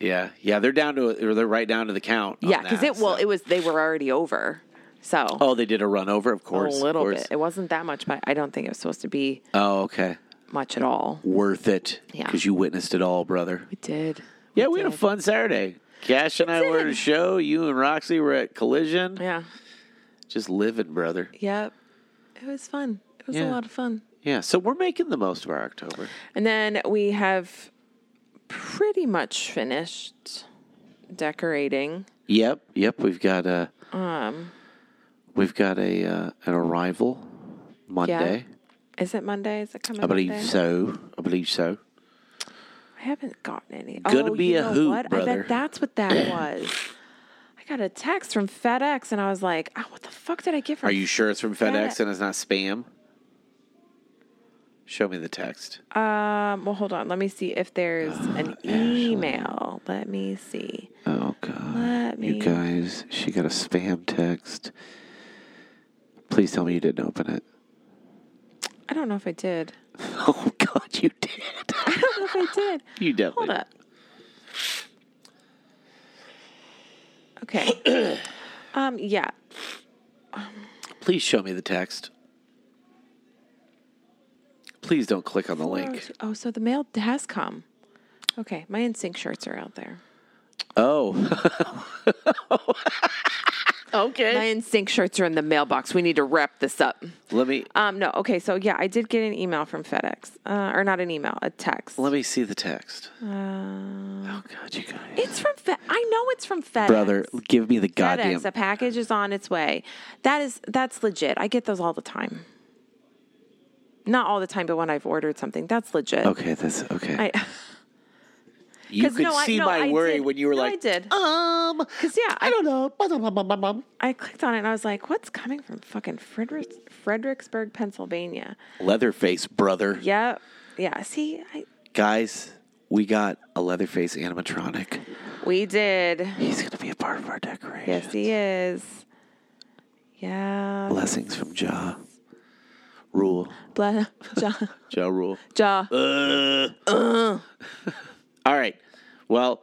S2: Yeah, yeah, they're down to or they're right down to the count. on
S1: yeah. Because
S2: that,
S1: it well,
S2: Oh, so-
S1: it was they were already over, so
S2: oh, they did a run over, of course,
S1: a
S2: of
S1: little
S2: course.
S1: bit. It wasn't that much, but I don't think it was supposed to be
S2: Oh, okay,
S1: much at all.
S2: worth it.
S1: Yeah.
S2: because you witnessed it all, brother.
S1: We did.
S2: yeah, we had a fun Saturday. Cash and I were at a show. You and Roxy were at Collision.
S1: Yeah.
S2: Just living, brother.
S1: Yep. It was fun. It was
S2: Yeah.
S1: a lot of fun.
S2: Yeah, so we're making the most of our October.
S1: And then we have pretty much finished decorating.
S2: Yep, yep. We've got a um, we've got a uh, an arrival Monday.
S1: Is it Monday? Is it coming?
S2: I believe
S1: Monday?
S2: so. I believe so.
S1: I haven't gotten any.
S2: Gonna
S1: oh,
S2: be
S1: you
S2: a
S1: know
S2: hoot,
S1: what? I
S2: brother.
S1: bet that's what that was. I got a text from FedEx, and I was like, oh, "What the fuck did I get from?"
S2: Are you sure it's from FedEx
S1: FedEx.
S2: and it's not spam? Show me the text.
S1: Um, well, hold on. Let me see if there's
S2: Ah,
S1: an email. Let me see.
S2: Oh god.
S1: Let me-
S2: You guys, she got a spam text. Please tell me you didn't open it.
S1: I don't know if I did.
S2: Oh god, you did.
S1: I don't know if I did.
S2: You definitely.
S1: Hold up. Okay. um. Yeah.
S2: Please show me the text. Please don't click on the link.
S1: Oh, so the mail has come. Okay, my instinct shirts are out there.
S2: Oh.
S1: My instinct shirts are in the mailbox. We need to wrap this up.
S2: let me
S1: Um, no, okay, so yeah, I did get an email from FedEx, uh, or not an email, a text.
S2: let me see the text. oh god, you guys.
S1: Uh, It's from Fed. I know it's from FedEx.
S2: Brother, give me the goddamn
S1: FedEx. A package is on its way. That is that's legit. I get those all the time. Not all the time, but when I've ordered something, that's legit.
S2: Okay, that's okay.
S1: I,
S2: You
S1: 'Cause
S2: could
S1: no, I-
S2: see
S1: no,
S2: my
S1: I
S2: worry
S1: did.
S2: when you were
S1: No, I
S2: like,
S1: did.
S2: um,
S1: Because yeah,
S2: I
S1: I,
S2: don't know. Bum, bum, bum, bum, bum.
S1: I clicked on it and I was like, what's coming from fucking Frederick, Fredericksburg, Pennsylvania?
S2: Leatherface, brother.
S1: Yep. Yeah. See, I,
S2: Guys, we got a Leatherface animatronic.
S1: we did.
S2: He's going to be a part of our decoration.
S1: Yes, he is. Yeah.
S2: Blessings from Ja. Rule.
S1: Blah, ja,
S2: Ja Rule.
S1: ja.
S2: Uh. All right. Well,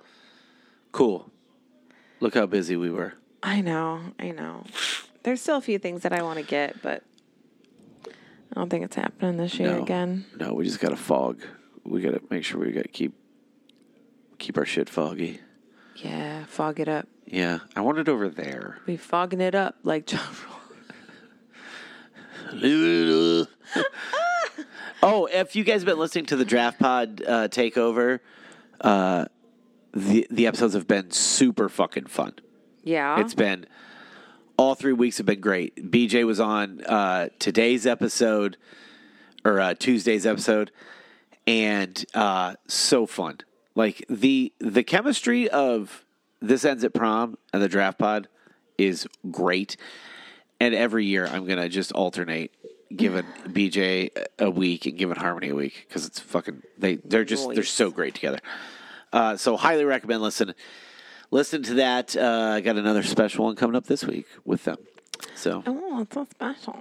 S2: cool. Look how busy we were.
S1: I know. I know. There's still a few things that I want to get, but I don't think it's happening this year
S2: No.
S1: again.
S2: No, we just got to fog. We got to make sure we got to keep keep our shit foggy.
S1: Yeah. Fog it up.
S2: Yeah, I want it over there.
S1: We fogging it up like John
S2: oh, if you guys have been listening to the Draft Pod uh, takeover, uh, the the episodes have been super fucking fun.
S1: Yeah.
S2: It's been all three weeks have been great. BJ was on uh, today's episode or uh, Tuesday's episode, and uh, so fun. Like the the chemistry of this ends at prom and the draft pod is great. And every year I'm gonna just alternate giving BJ a- a week and giving Harmony a week because it's fucking they they're just they're
S1: Nice.
S2: so great together. Uh, so highly recommend listen listen to that. Uh, I got another special one coming up this week with them. So
S1: oh, it's so special.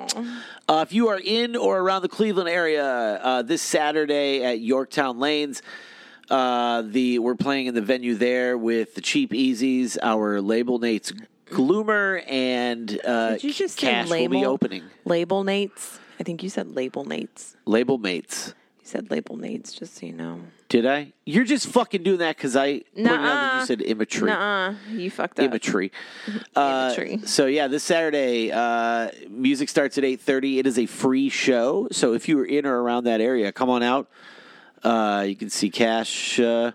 S2: uh, if you are in or around the Cleveland area uh, this Saturday at Yorktown Lanes, uh, the we're playing in the venue there with the Cheap Easies, our label Nate's Gloomer, and uh,
S1: Did you just
S2: Cash
S1: say label?
S2: will be opening.
S1: Label Nates. I think you said label Nates.
S2: Label Mates.
S1: You said label Nates, just so you know.
S2: Did I? You're just fucking doing that because I pointed out that
S1: Nuh-uh.
S2: you said immature.
S1: Nuh-uh. You fucked up.
S2: Imagery. Uh,
S1: Imagery.
S2: so yeah, this Saturday, uh, music starts at eight thirty. It is a free show, so if you are in or around that area, come on out. Uh, you can see Cash, uh,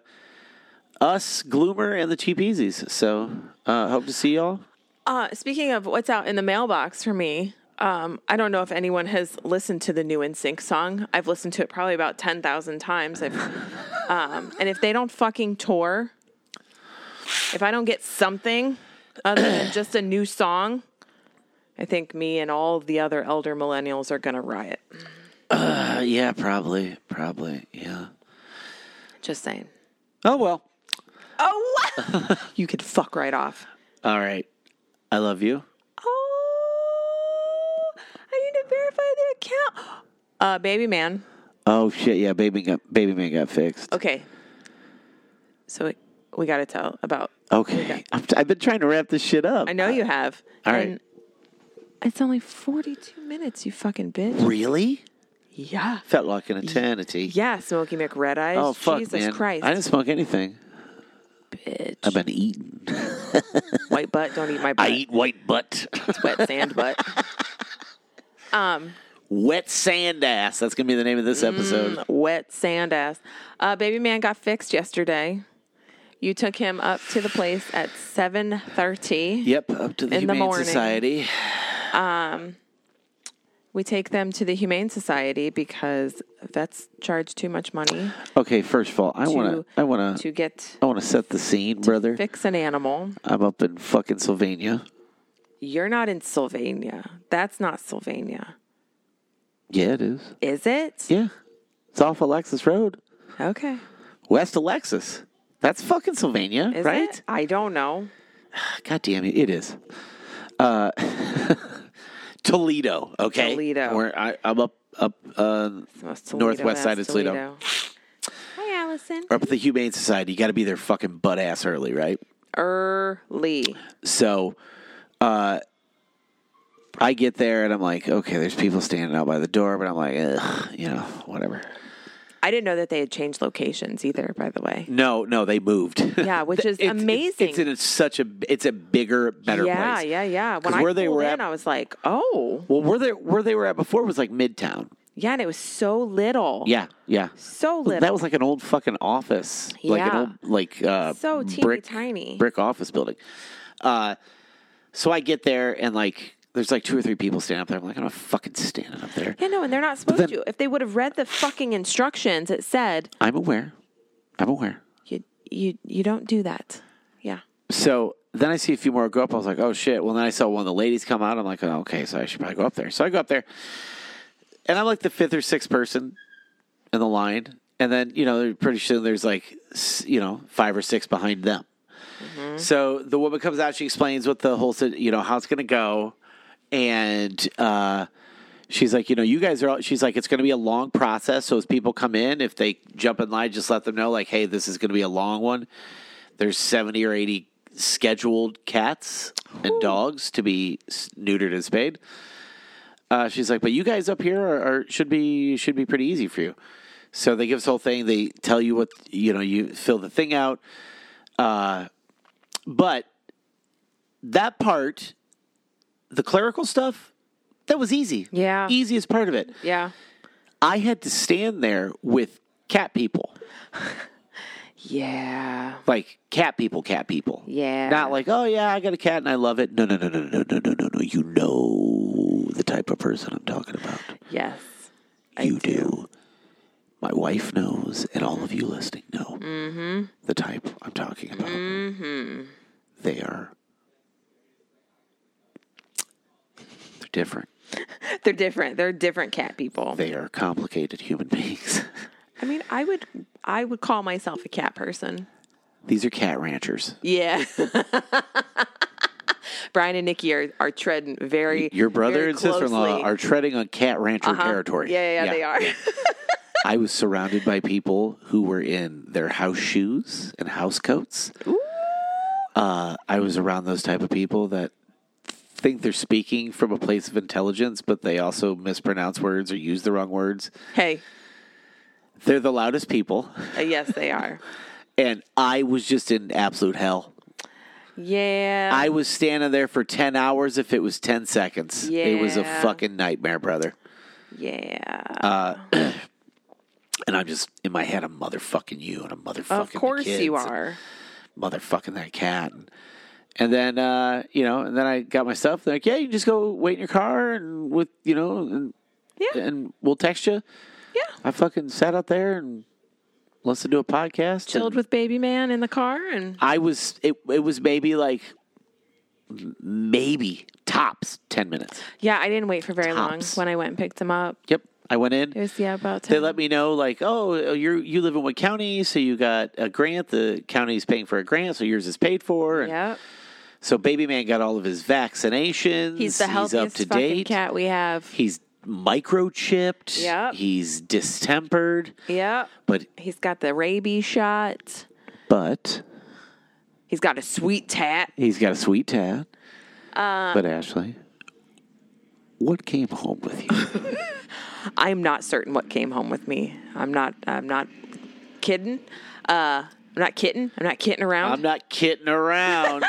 S2: us, Gloomer, and the Cheap Easies. So uh, hope to see y'all.
S1: Uh, speaking of what's out in the mailbox for me, um, I don't know if anyone has listened to the new NSYNC song. I've listened to it probably about 10,000 times. I've, um, and if they don't fucking tour, if I don't get something other than just a new song, I think me and all the other elder millennials are going to riot.
S2: Uh, yeah, probably, probably, yeah.
S1: Just saying.
S2: Oh well.
S1: Oh, what? you could fuck right off.
S2: All right. I love you.
S1: Oh, I need to verify the account. Uh, baby man.
S2: Oh shit! Yeah, baby got baby man got fixed.
S1: Okay. So we, we got to tell about.
S2: Okay, I'm t- I've been trying to wrap this shit up.
S1: I know you have.
S2: All right.
S1: It's only 42 minutes, you fucking bitch.
S2: Really?
S1: Yeah.
S2: Felt like an eternity.
S1: Yeah, Smokey McRed Eyes.
S2: Oh fuck,
S1: Jesus
S2: man!
S1: Christ.
S2: I didn't smoke anything.
S1: bitch.
S2: I've been eating.
S1: White butt. Don't eat my butt.
S2: white butt,
S1: It's wet sand butt.
S2: wet sand ass. That's gonna be the name of this episode.
S1: wet sand ass. Uh, baby man got fixed yesterday. You took him up to the place at 7.30.
S2: Yep, up to the
S1: In the
S2: Humane
S1: morning.
S2: Society.
S1: We take them to the Humane Society because vets charge too much money
S2: Okay, first of all, I wanna,
S1: to,
S2: I wanna,
S1: to get
S2: I wanna set the scene, brother.
S1: fix an animal.
S2: I'm up in fucking Sylvania.
S1: You're not in Sylvania. That's not Sylvania.
S2: Yeah, it is.
S1: Is it?
S2: Yeah, it's off Alexis Road,
S1: Okay.
S2: West Alexis. That's fucking Sylvania,
S1: Is
S2: right?
S1: it? I don't know.
S2: God damn it, it is. Uh, Toledo, okay.
S1: Toledo.
S2: Where I, I'm up, up, uh,
S1: It's the most Toledo
S2: Northwest
S1: ass
S2: side of Toledo.
S1: Hi, Allison.
S2: up at the Humane Society. You got to be there fucking butt ass early, right?
S1: Early.
S2: So, uh, I get there and I'm like, okay, there's people standing out by the door, but I'm like, Ugh, you know, whatever.
S1: I didn't know that they had changed locations either, by the way.
S2: No, no, they moved.
S1: Yeah, which is
S2: It's-
S1: amazing.
S2: It's, it's in a, such a, it's a bigger, better
S1: yeah,
S2: place.
S1: yeah, yeah. When
S2: 'Cause
S1: I
S2: where they
S1: pulled
S2: were
S1: in,
S2: at-
S1: I was like, oh.
S2: Well, where they where they were at before was like Midtown.
S1: Yeah, and it was so little.
S2: Yeah, yeah.
S1: So little.
S2: That was like an old fucking office, like an
S1: Yeah.
S2: old like uh,
S1: So teeny
S2: brick,
S1: tiny.
S2: brick office building. Uh, so I get there and like there's like two or three people standing up there. I'm like, I'm not fucking standing up there.
S1: yeah, no, and they're not supposed
S2: then-
S1: to. If they would have read the fucking instructions, it said
S2: I'm aware. I'm aware.
S1: you you you don't do that. Yeah.
S2: So then I see a few more go up. I was like, oh shit. Well, then I saw one of the ladies come out. I'm like, oh, okay, so I should probably go up there. So I go up there, and I'm like the fifth or sixth person in the line. And then, you know, pretty soon there's like, s- you know, five or six behind them. So the woman comes out. She explains what the whole, si- you know, how it's going to go. And, uh, She's like, you know, you guys are. All, she's like, it's going to be a long process. So as people come in, if they jump in line, just let them know, like, hey, this is going to be a long one there's 70 or 80 scheduled cats and dogs to be s- neutered and spayed. Uh, she's like, but you guys up here are, are should be should be pretty easy for you. So they give us the whole thing. They tell you what you know. You fill the thing out. Uh, but that part, the clerical stuff, that was easy.
S1: Yeah.
S2: easiest part of it.
S1: Yeah.
S2: I had to stand there with cat people.
S1: Yeah.
S2: like cat people, cat people.
S1: Yeah.
S2: Not like, oh yeah, I got a cat and I love it. No, no, no, no, no, no, no, no, no. You know the type of person I'm talking about.
S1: Yes.
S2: you do. My wife knows, and all of you listening know
S1: Mm-hmm.
S2: the type I'm talking about. Mm-hmm. They are. They're different.
S1: They're different. They're different cat people.
S2: They are complicated human beings.
S1: I mean, I would I would call myself a cat person.
S2: These are cat ranchers.
S1: Yeah. Brian and Nikki are, are treading very
S2: Your brother
S1: very
S2: and sister in law
S1: closely. Uh-huh.
S2: are treading on cat rancher territory.
S1: Yeah, yeah, yeah, they are.
S2: I was surrounded by people who were in their house shoes and house coats. Uh, I was around those type of people that think they're speaking from a place of intelligence, but they also mispronounce words or use the wrong words.
S1: hey,
S2: They're the loudest people,
S1: uh, yes, they are.
S2: and I was just in absolute hell.
S1: Yeah.
S2: I was standing there for ten hours if it was ten seconds. It was a
S1: Yeah.
S2: fucking nightmare, brother.
S1: yeah.
S2: And I'm just in my head, I'm motherfucking you and I'm motherfucking.
S1: of
S2: the
S1: course you
S2: kids.
S1: are.
S2: motherfucking that cat. And, then, uh, you know, and then I got my stuff. They're like, yeah, you just go wait in your car and with, you know, and,
S1: Yeah.
S2: and we'll text you.
S1: Yeah.
S2: I fucking sat out there and listened to a podcast.
S1: Chilled
S2: and
S1: with baby man in the car and
S2: I was, it, it was maybe like, m- maybe tops 10 minutes.
S1: yeah, I didn't wait for very
S2: Tops.
S1: long when I went and picked him up.
S2: Yep. I went in.
S1: It was yeah, about 10.
S2: they let me know like, oh, you you live in what county? So you got a grant. The county's paying for a grant, so yours is paid for. And
S1: Yep.
S2: So baby man got all of his vaccinations.
S1: He's the healthiest
S2: up to
S1: fucking
S2: date.
S1: cat we have.
S2: He's microchipped.
S1: Yep.
S2: He's distempered.
S1: Yep.
S2: But
S1: He's got the rabies shot.
S2: but
S1: He's got a sweet tat.
S2: he's got a sweet tat.
S1: Uh,
S2: but Ashley, what came home with you?
S1: I'm not certain what came home with me. I'm not. I'm not kidding. Uh, I'm not kidding. I'm not kidding around.
S2: I'm not kidding around.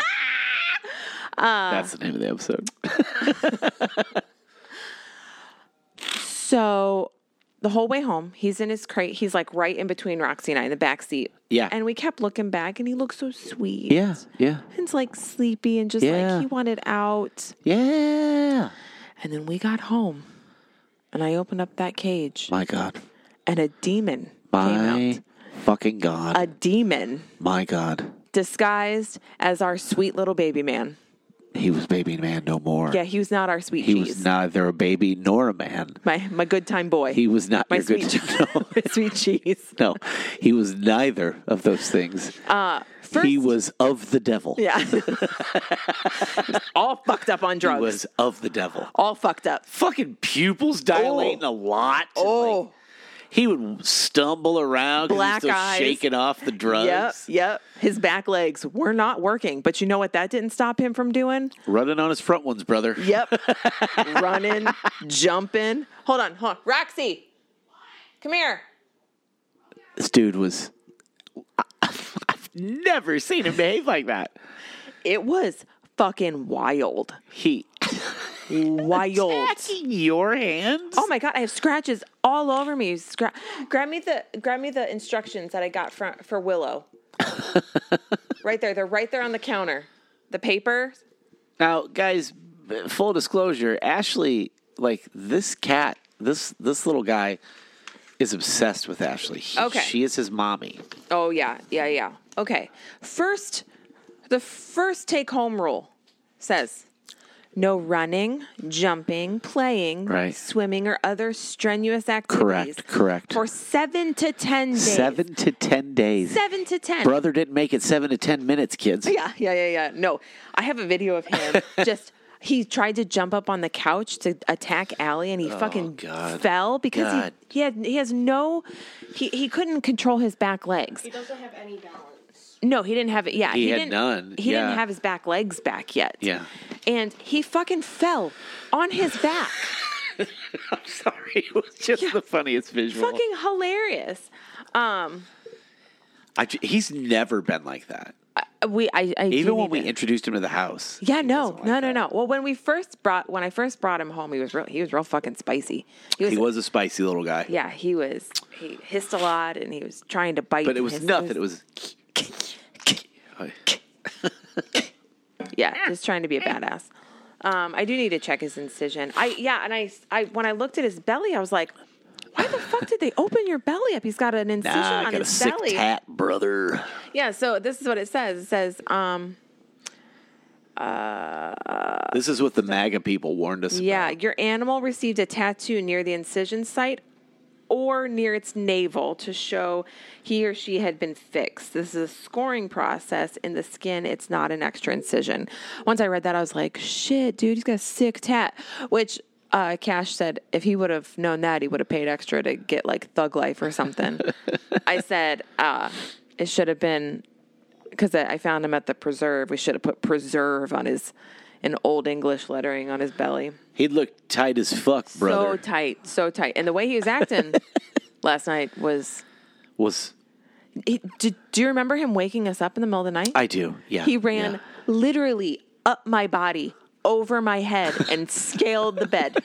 S1: Uh,
S2: That's the name of the episode.
S1: so the whole way home, he's in his crate. He's like right in between Roxy and I in the back seat.
S2: Yeah.
S1: And we kept looking back, and he looked so sweet.
S2: Yeah, yeah,
S1: And like sleepy and just
S2: Yeah.
S1: like he wanted out.
S2: yeah.
S1: And then we got home, and I opened up that cage,
S2: My God,
S1: and a demon came
S2: my
S1: out.
S2: fucking God,
S1: A demon
S2: my God.
S1: disguised as our sweet little baby man.
S2: He was baby man no more.
S1: Yeah, he was not our sweet
S2: he
S1: cheese.
S2: was neither a baby nor a man.
S1: my my good time boy.
S2: He was not
S1: my
S2: your good
S1: sweet
S2: to know.
S1: my sweet cheese.
S2: No, he was neither of those things. he
S1: Uh, first-
S2: was of the devil.
S1: Yeah, all fucked up on
S2: He
S1: drugs.
S2: was of the devil.
S1: all fucked up.
S2: Fucking pupils dilating
S1: Oh.
S2: a lot. and, like, he would stumble around 'cause
S1: Black
S2: he was still
S1: eyes.
S2: shaking off the drugs.
S1: Yep, yep. His back legs were not working, but you know what that didn't stop him from doing?
S2: Running on his front ones, brother.
S1: Yep. Running, jumping. Hold on, hold on. Roxy, come here.
S2: This dude was. I've never seen him behave like that.
S1: It was fucking wild.
S2: He
S1: Wild.
S2: attacking your hands.
S1: Oh my god, I have scratches all over me. Scra- grab me the grab me the instructions that I got from for Willow. right there, they're right there on the counter. The paper.
S2: Now, guys, full disclosure, Ashley, like this cat, this this little guy is obsessed with Ashley. He-
S1: Okay.
S2: She is his mommy.
S1: Oh yeah, yeah, yeah. Okay. First, the first take home rule says no running, jumping, playing,
S2: Right.
S1: swimming, or other strenuous activities.
S2: correct.
S1: For seven to 10 days.
S2: Seven to ten days.
S1: Seven to 10.
S2: Brother didn't make it seven to ten minutes, kids.
S1: Yeah, yeah, yeah, yeah. No, I have a video of him just. He tried to jump up on the couch to attack Allie, and he fucking
S2: Oh, God.
S1: fell because
S2: God.
S1: he he had he has no he he couldn't control his back legs.
S4: He doesn't have any balance.
S1: No, he didn't have it. Yeah,
S2: He had
S1: didn't,
S2: none,
S1: He
S2: yeah.
S1: didn't have his back legs back yet.
S2: Yeah.
S1: and he fucking fell on his back.
S2: I'm sorry. It was just
S1: Yeah.
S2: the funniest visual.
S1: fucking hilarious. Um,
S2: I ju- he's never been like that.
S1: we I, I do
S2: Even when
S1: need
S2: we
S1: to-
S2: introduced him to the house.
S1: Yeah,
S2: he
S1: no,
S2: wasn't like
S1: no, no,
S2: that.
S1: no. Well, when we first brought when I first brought him home, he was real. He was real fucking spicy.
S2: He was a spicy little guy.
S1: Yeah, he was. He hissed a lot, and he was trying to bite.
S2: But it
S1: and
S2: was
S1: hiss-
S2: nothing. It was.
S1: yeah, just trying to be a badass. Um, I do need to check his incision. I yeah, and I, I when I looked at his belly, I was like, why the fuck did they open your belly up? He's got an incision
S2: Nah,
S1: on
S2: I got a
S1: his
S2: sick
S1: belly. Uh,
S2: tat, brother.
S1: Yeah, so this is what it says. It says, um,
S2: This is what the MAGA people warned us
S1: yeah,
S2: about.
S1: your animal received a tattoo near the incision site or near its navel to show he or she had been fixed. This is a scoring process in the skin. It's not an extra incision. Once I read that, I was like, shit, dude, he's got a sick tat. Which uh, Cash said if he would have known that, he would have paid extra to get like Thug Life or something. I said, uh, it should have been because I, I found him at the preserve. We should have put preserve on his, in old English lettering on his belly.
S2: He looked tight as fuck,
S1: So
S2: brother.
S1: tight, so tight. And the way he was acting last night was.
S2: was
S1: He, do, do you remember him waking us up in the middle of the night?
S2: I do? Yeah.
S1: he ran
S2: yeah.
S1: literally up my body, over my head, and scaled the bed.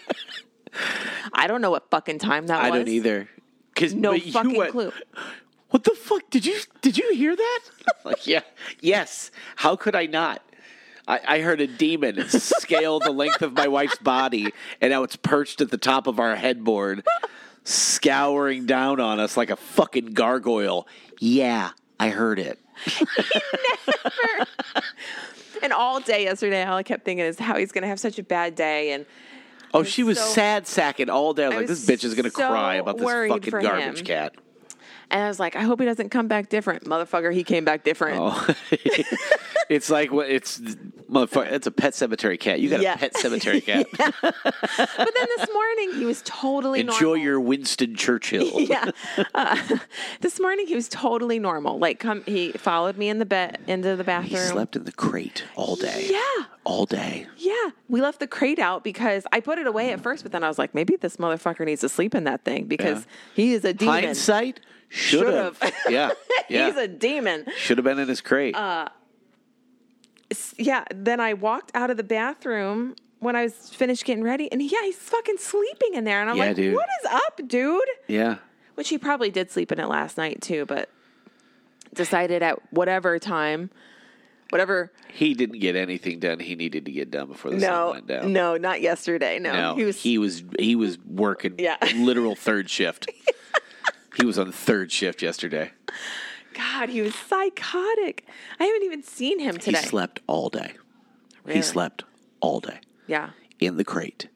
S1: I don't know what fucking time that
S2: I
S1: was.
S2: don't either. Cause
S1: No
S2: but you
S1: fucking
S2: went,
S1: clue.
S2: What the fuck did you did you hear that? like yeah, yes. How could I not? I, I heard a demon scale the length of my wife's body, and now it's perched at the top of our headboard, scouring down on us like a fucking gargoyle. Yeah, I heard it.
S1: And all day yesterday, all I kept thinking is how he's going to have such a bad day. And
S2: Oh, she was
S1: so-
S2: sad sacking all day. I was
S1: I
S2: like,
S1: was
S2: this bitch is gonna
S1: so
S2: cry about this
S1: worried
S2: fucking
S1: for
S2: garbage
S1: him.
S2: cat.
S1: and I was like, I hope he doesn't come back different, motherfucker. He came back different.
S2: Oh, it's like what it's motherfucker. It's a pet cemetery cat. You got
S1: Yeah.
S2: a pet cemetery cat.
S1: But then this morning, he was totally
S2: Enjoy
S1: normal.
S2: your Winston Churchill.
S1: yeah. Uh, this morning he was totally normal. Like come he followed me in the bed into the
S2: He
S1: bathroom.
S2: slept in the crate all day.
S1: Yeah.
S2: all day.
S1: Yeah. We left the crate out because I put it away at first, but then I was like, maybe this motherfucker needs to sleep in that thing because he is a demon.
S2: Hindsight should have.
S1: Should've.
S2: yeah,
S1: He's
S2: yeah.
S1: a Uh, demon.
S2: Should have been in his crate.
S1: S- Yeah. Then I walked out of the bathroom when I was finished getting ready and yeah, he's fucking sleeping in there. And I'm
S2: Yeah,
S1: like,
S2: dude.
S1: what is up, dude?
S2: yeah,
S1: Which he probably did sleep in it last night too, but decided at whatever time, whatever
S2: he didn't get anything done. He needed to get done before the sun
S1: No,
S2: went down.
S1: no, not yesterday. No,
S2: No,
S1: he was.
S2: he was he was working
S1: Yeah.
S2: literal third shift. he was on third shift yesterday.
S1: God, he was psychotic. I haven't even seen him today.
S2: He slept all day.
S1: Really?
S2: He slept all day
S1: Yeah,
S2: in the crate.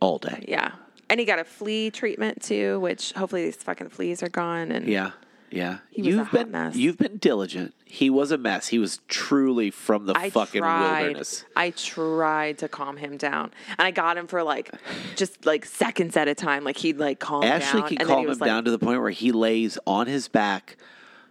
S2: All day.
S1: yeah, and he got a flea treatment too, which hopefully these fucking fleas are gone. And
S2: Yeah. Yeah.
S1: was a
S2: you've
S1: hot
S2: been
S1: mess.
S2: you've been diligent. He was a mess. He was truly from the
S1: I
S2: fucking
S1: tried.
S2: wilderness.
S1: I tried to calm him down, and I got him for like just like seconds at a time. Like he'd like calm
S2: Ashley
S1: down.
S2: can
S1: and then he
S2: calm him
S1: was like,
S2: down to the point where he lays on his back,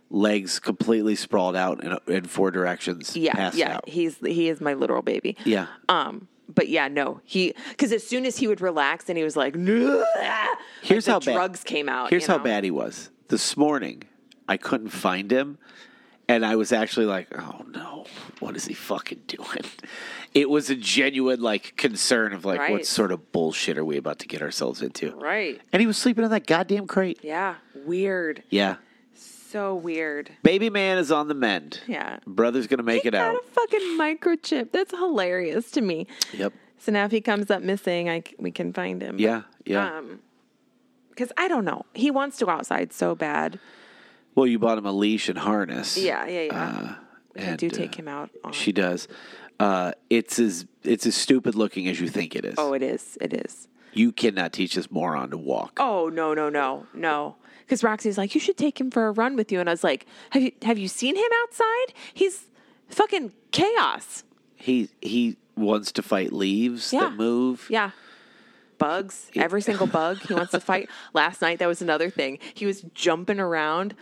S2: legs completely sprawled out in, in four directions.
S1: Yeah,
S2: passed
S1: yeah.
S2: out.
S1: He's he is my literal baby.
S2: yeah.
S1: Um, but yeah, no, he because as soon as he would relax and he was like, "Nah," like
S2: Here's
S1: the
S2: how bad-
S1: drugs came out.
S2: Here's
S1: Uh, you
S2: how
S1: know?
S2: bad he was. This morning, I couldn't find him, and I was actually like, "Oh no, what is he fucking doing?" It was a genuine like concern of like, what
S1: Right.
S2: sort of bullshit are we about to get ourselves into?
S1: Right.
S2: And he was sleeping in that goddamn crate.
S1: Yeah. Weird.
S2: Yeah,
S1: So weird.
S2: baby man is on the mend.
S1: Yeah.
S2: brother's gonna make it
S1: Got
S2: out.
S1: a fucking microchip. That's hilarious to me.
S2: Yep.
S1: So now if he comes up missing, I c- we can find him.
S2: Yeah. Yeah.
S1: Um, because I don't know. He wants to go outside so bad.
S2: Well, you bought him a leash and harness.
S1: Yeah, yeah, yeah. I
S2: and,
S1: do take
S2: uh,
S1: him out. On.
S2: She does. Uh, it's as it's as stupid looking as you think it is.
S1: oh, it is. It is.
S2: You cannot teach this moron to walk.
S1: Oh no, no, no, no. Because Roxy's like, you should take him for a run with you, and I was like, have you have you seen him outside? He's fucking chaos.
S2: He he wants to fight leaves
S1: Yeah.
S2: that move.
S1: Yeah. Bugs, every single bug he wants to fight. Last night, that was another thing. He was jumping around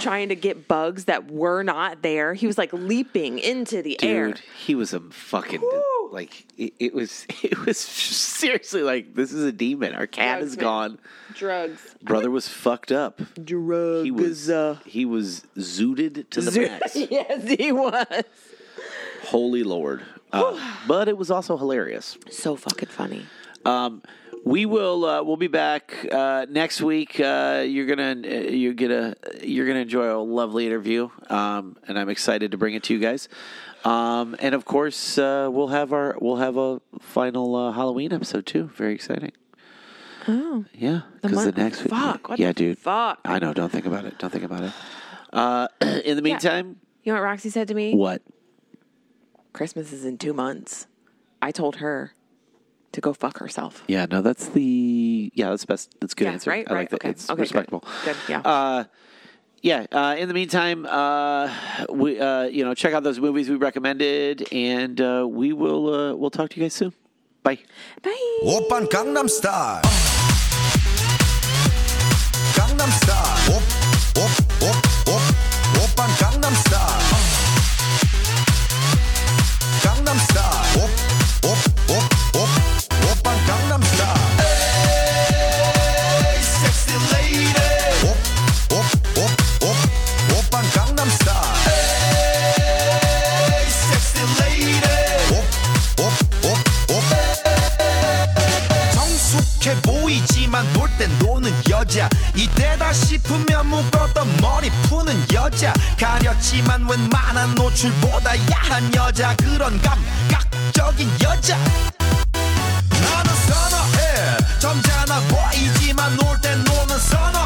S1: trying to get bugs that were not there. He was like leaping into the
S2: Dude,
S1: air.
S2: he was a fucking like it, it was it was seriously like this is a demon. Our cat
S1: Drugs,
S2: is
S1: man.
S2: gone.
S1: Drugs.
S2: Brother was fucked up.
S1: Drugs.
S2: He was he was zooted to the max.
S1: yes, he was.
S2: Holy Lord. Uh, but it was also hilarious.
S1: So fucking funny.
S2: Um, we will uh, we'll be back uh, next week. Uh, you're gonna you're gonna you're gonna enjoy a lovely interview, um, and I'm excited to bring it to you guys. Um, and of course, uh, we'll have our we'll have a final uh, Halloween episode too. Very exciting. Oh yeah, because the,
S1: month-
S2: next week.
S1: fuck, what
S2: yeah,
S1: the
S2: dude.
S1: fuck?
S2: I know. Don't think about it. Don't think about it. Uh, in the meantime,
S1: You know what Roxy said to me?
S2: what?
S1: Christmas is in two months. I told her to go fuck herself.
S2: Yeah, no, that's the yeah, that's best. That's a good
S1: Yeah,
S2: answer.
S1: right,
S2: I like
S1: right,
S2: that.
S1: okay,
S2: It's
S1: okay, good,
S2: respectable.
S1: good, yeah.
S2: Uh, yeah. Uh, in the meantime, uh, we uh, you know check out those movies we recommended, and uh, we will uh, we'll talk to you guys soon. Bye.
S1: Bye.
S5: 오빤 강남 스타일 강남 스타일 오오오오 오빤 강남 스타일 강남 스타일 오오오오 오빤 강남 스타일
S3: Hey, sexy lady.
S5: 오오오오 오빤 강남 스타일
S3: Hey, sexy lady.
S5: 오오오오
S3: 성숙해 보이지만 놀 땐 노는 여자 이때다 싶으면 묶었던 머리 푸는 여자 가렸지만 웬만한 노출보다 야한 여자 그런 감각적인 여자 나는 선어해 점잖아 보이지만 놀 땐 노는 선어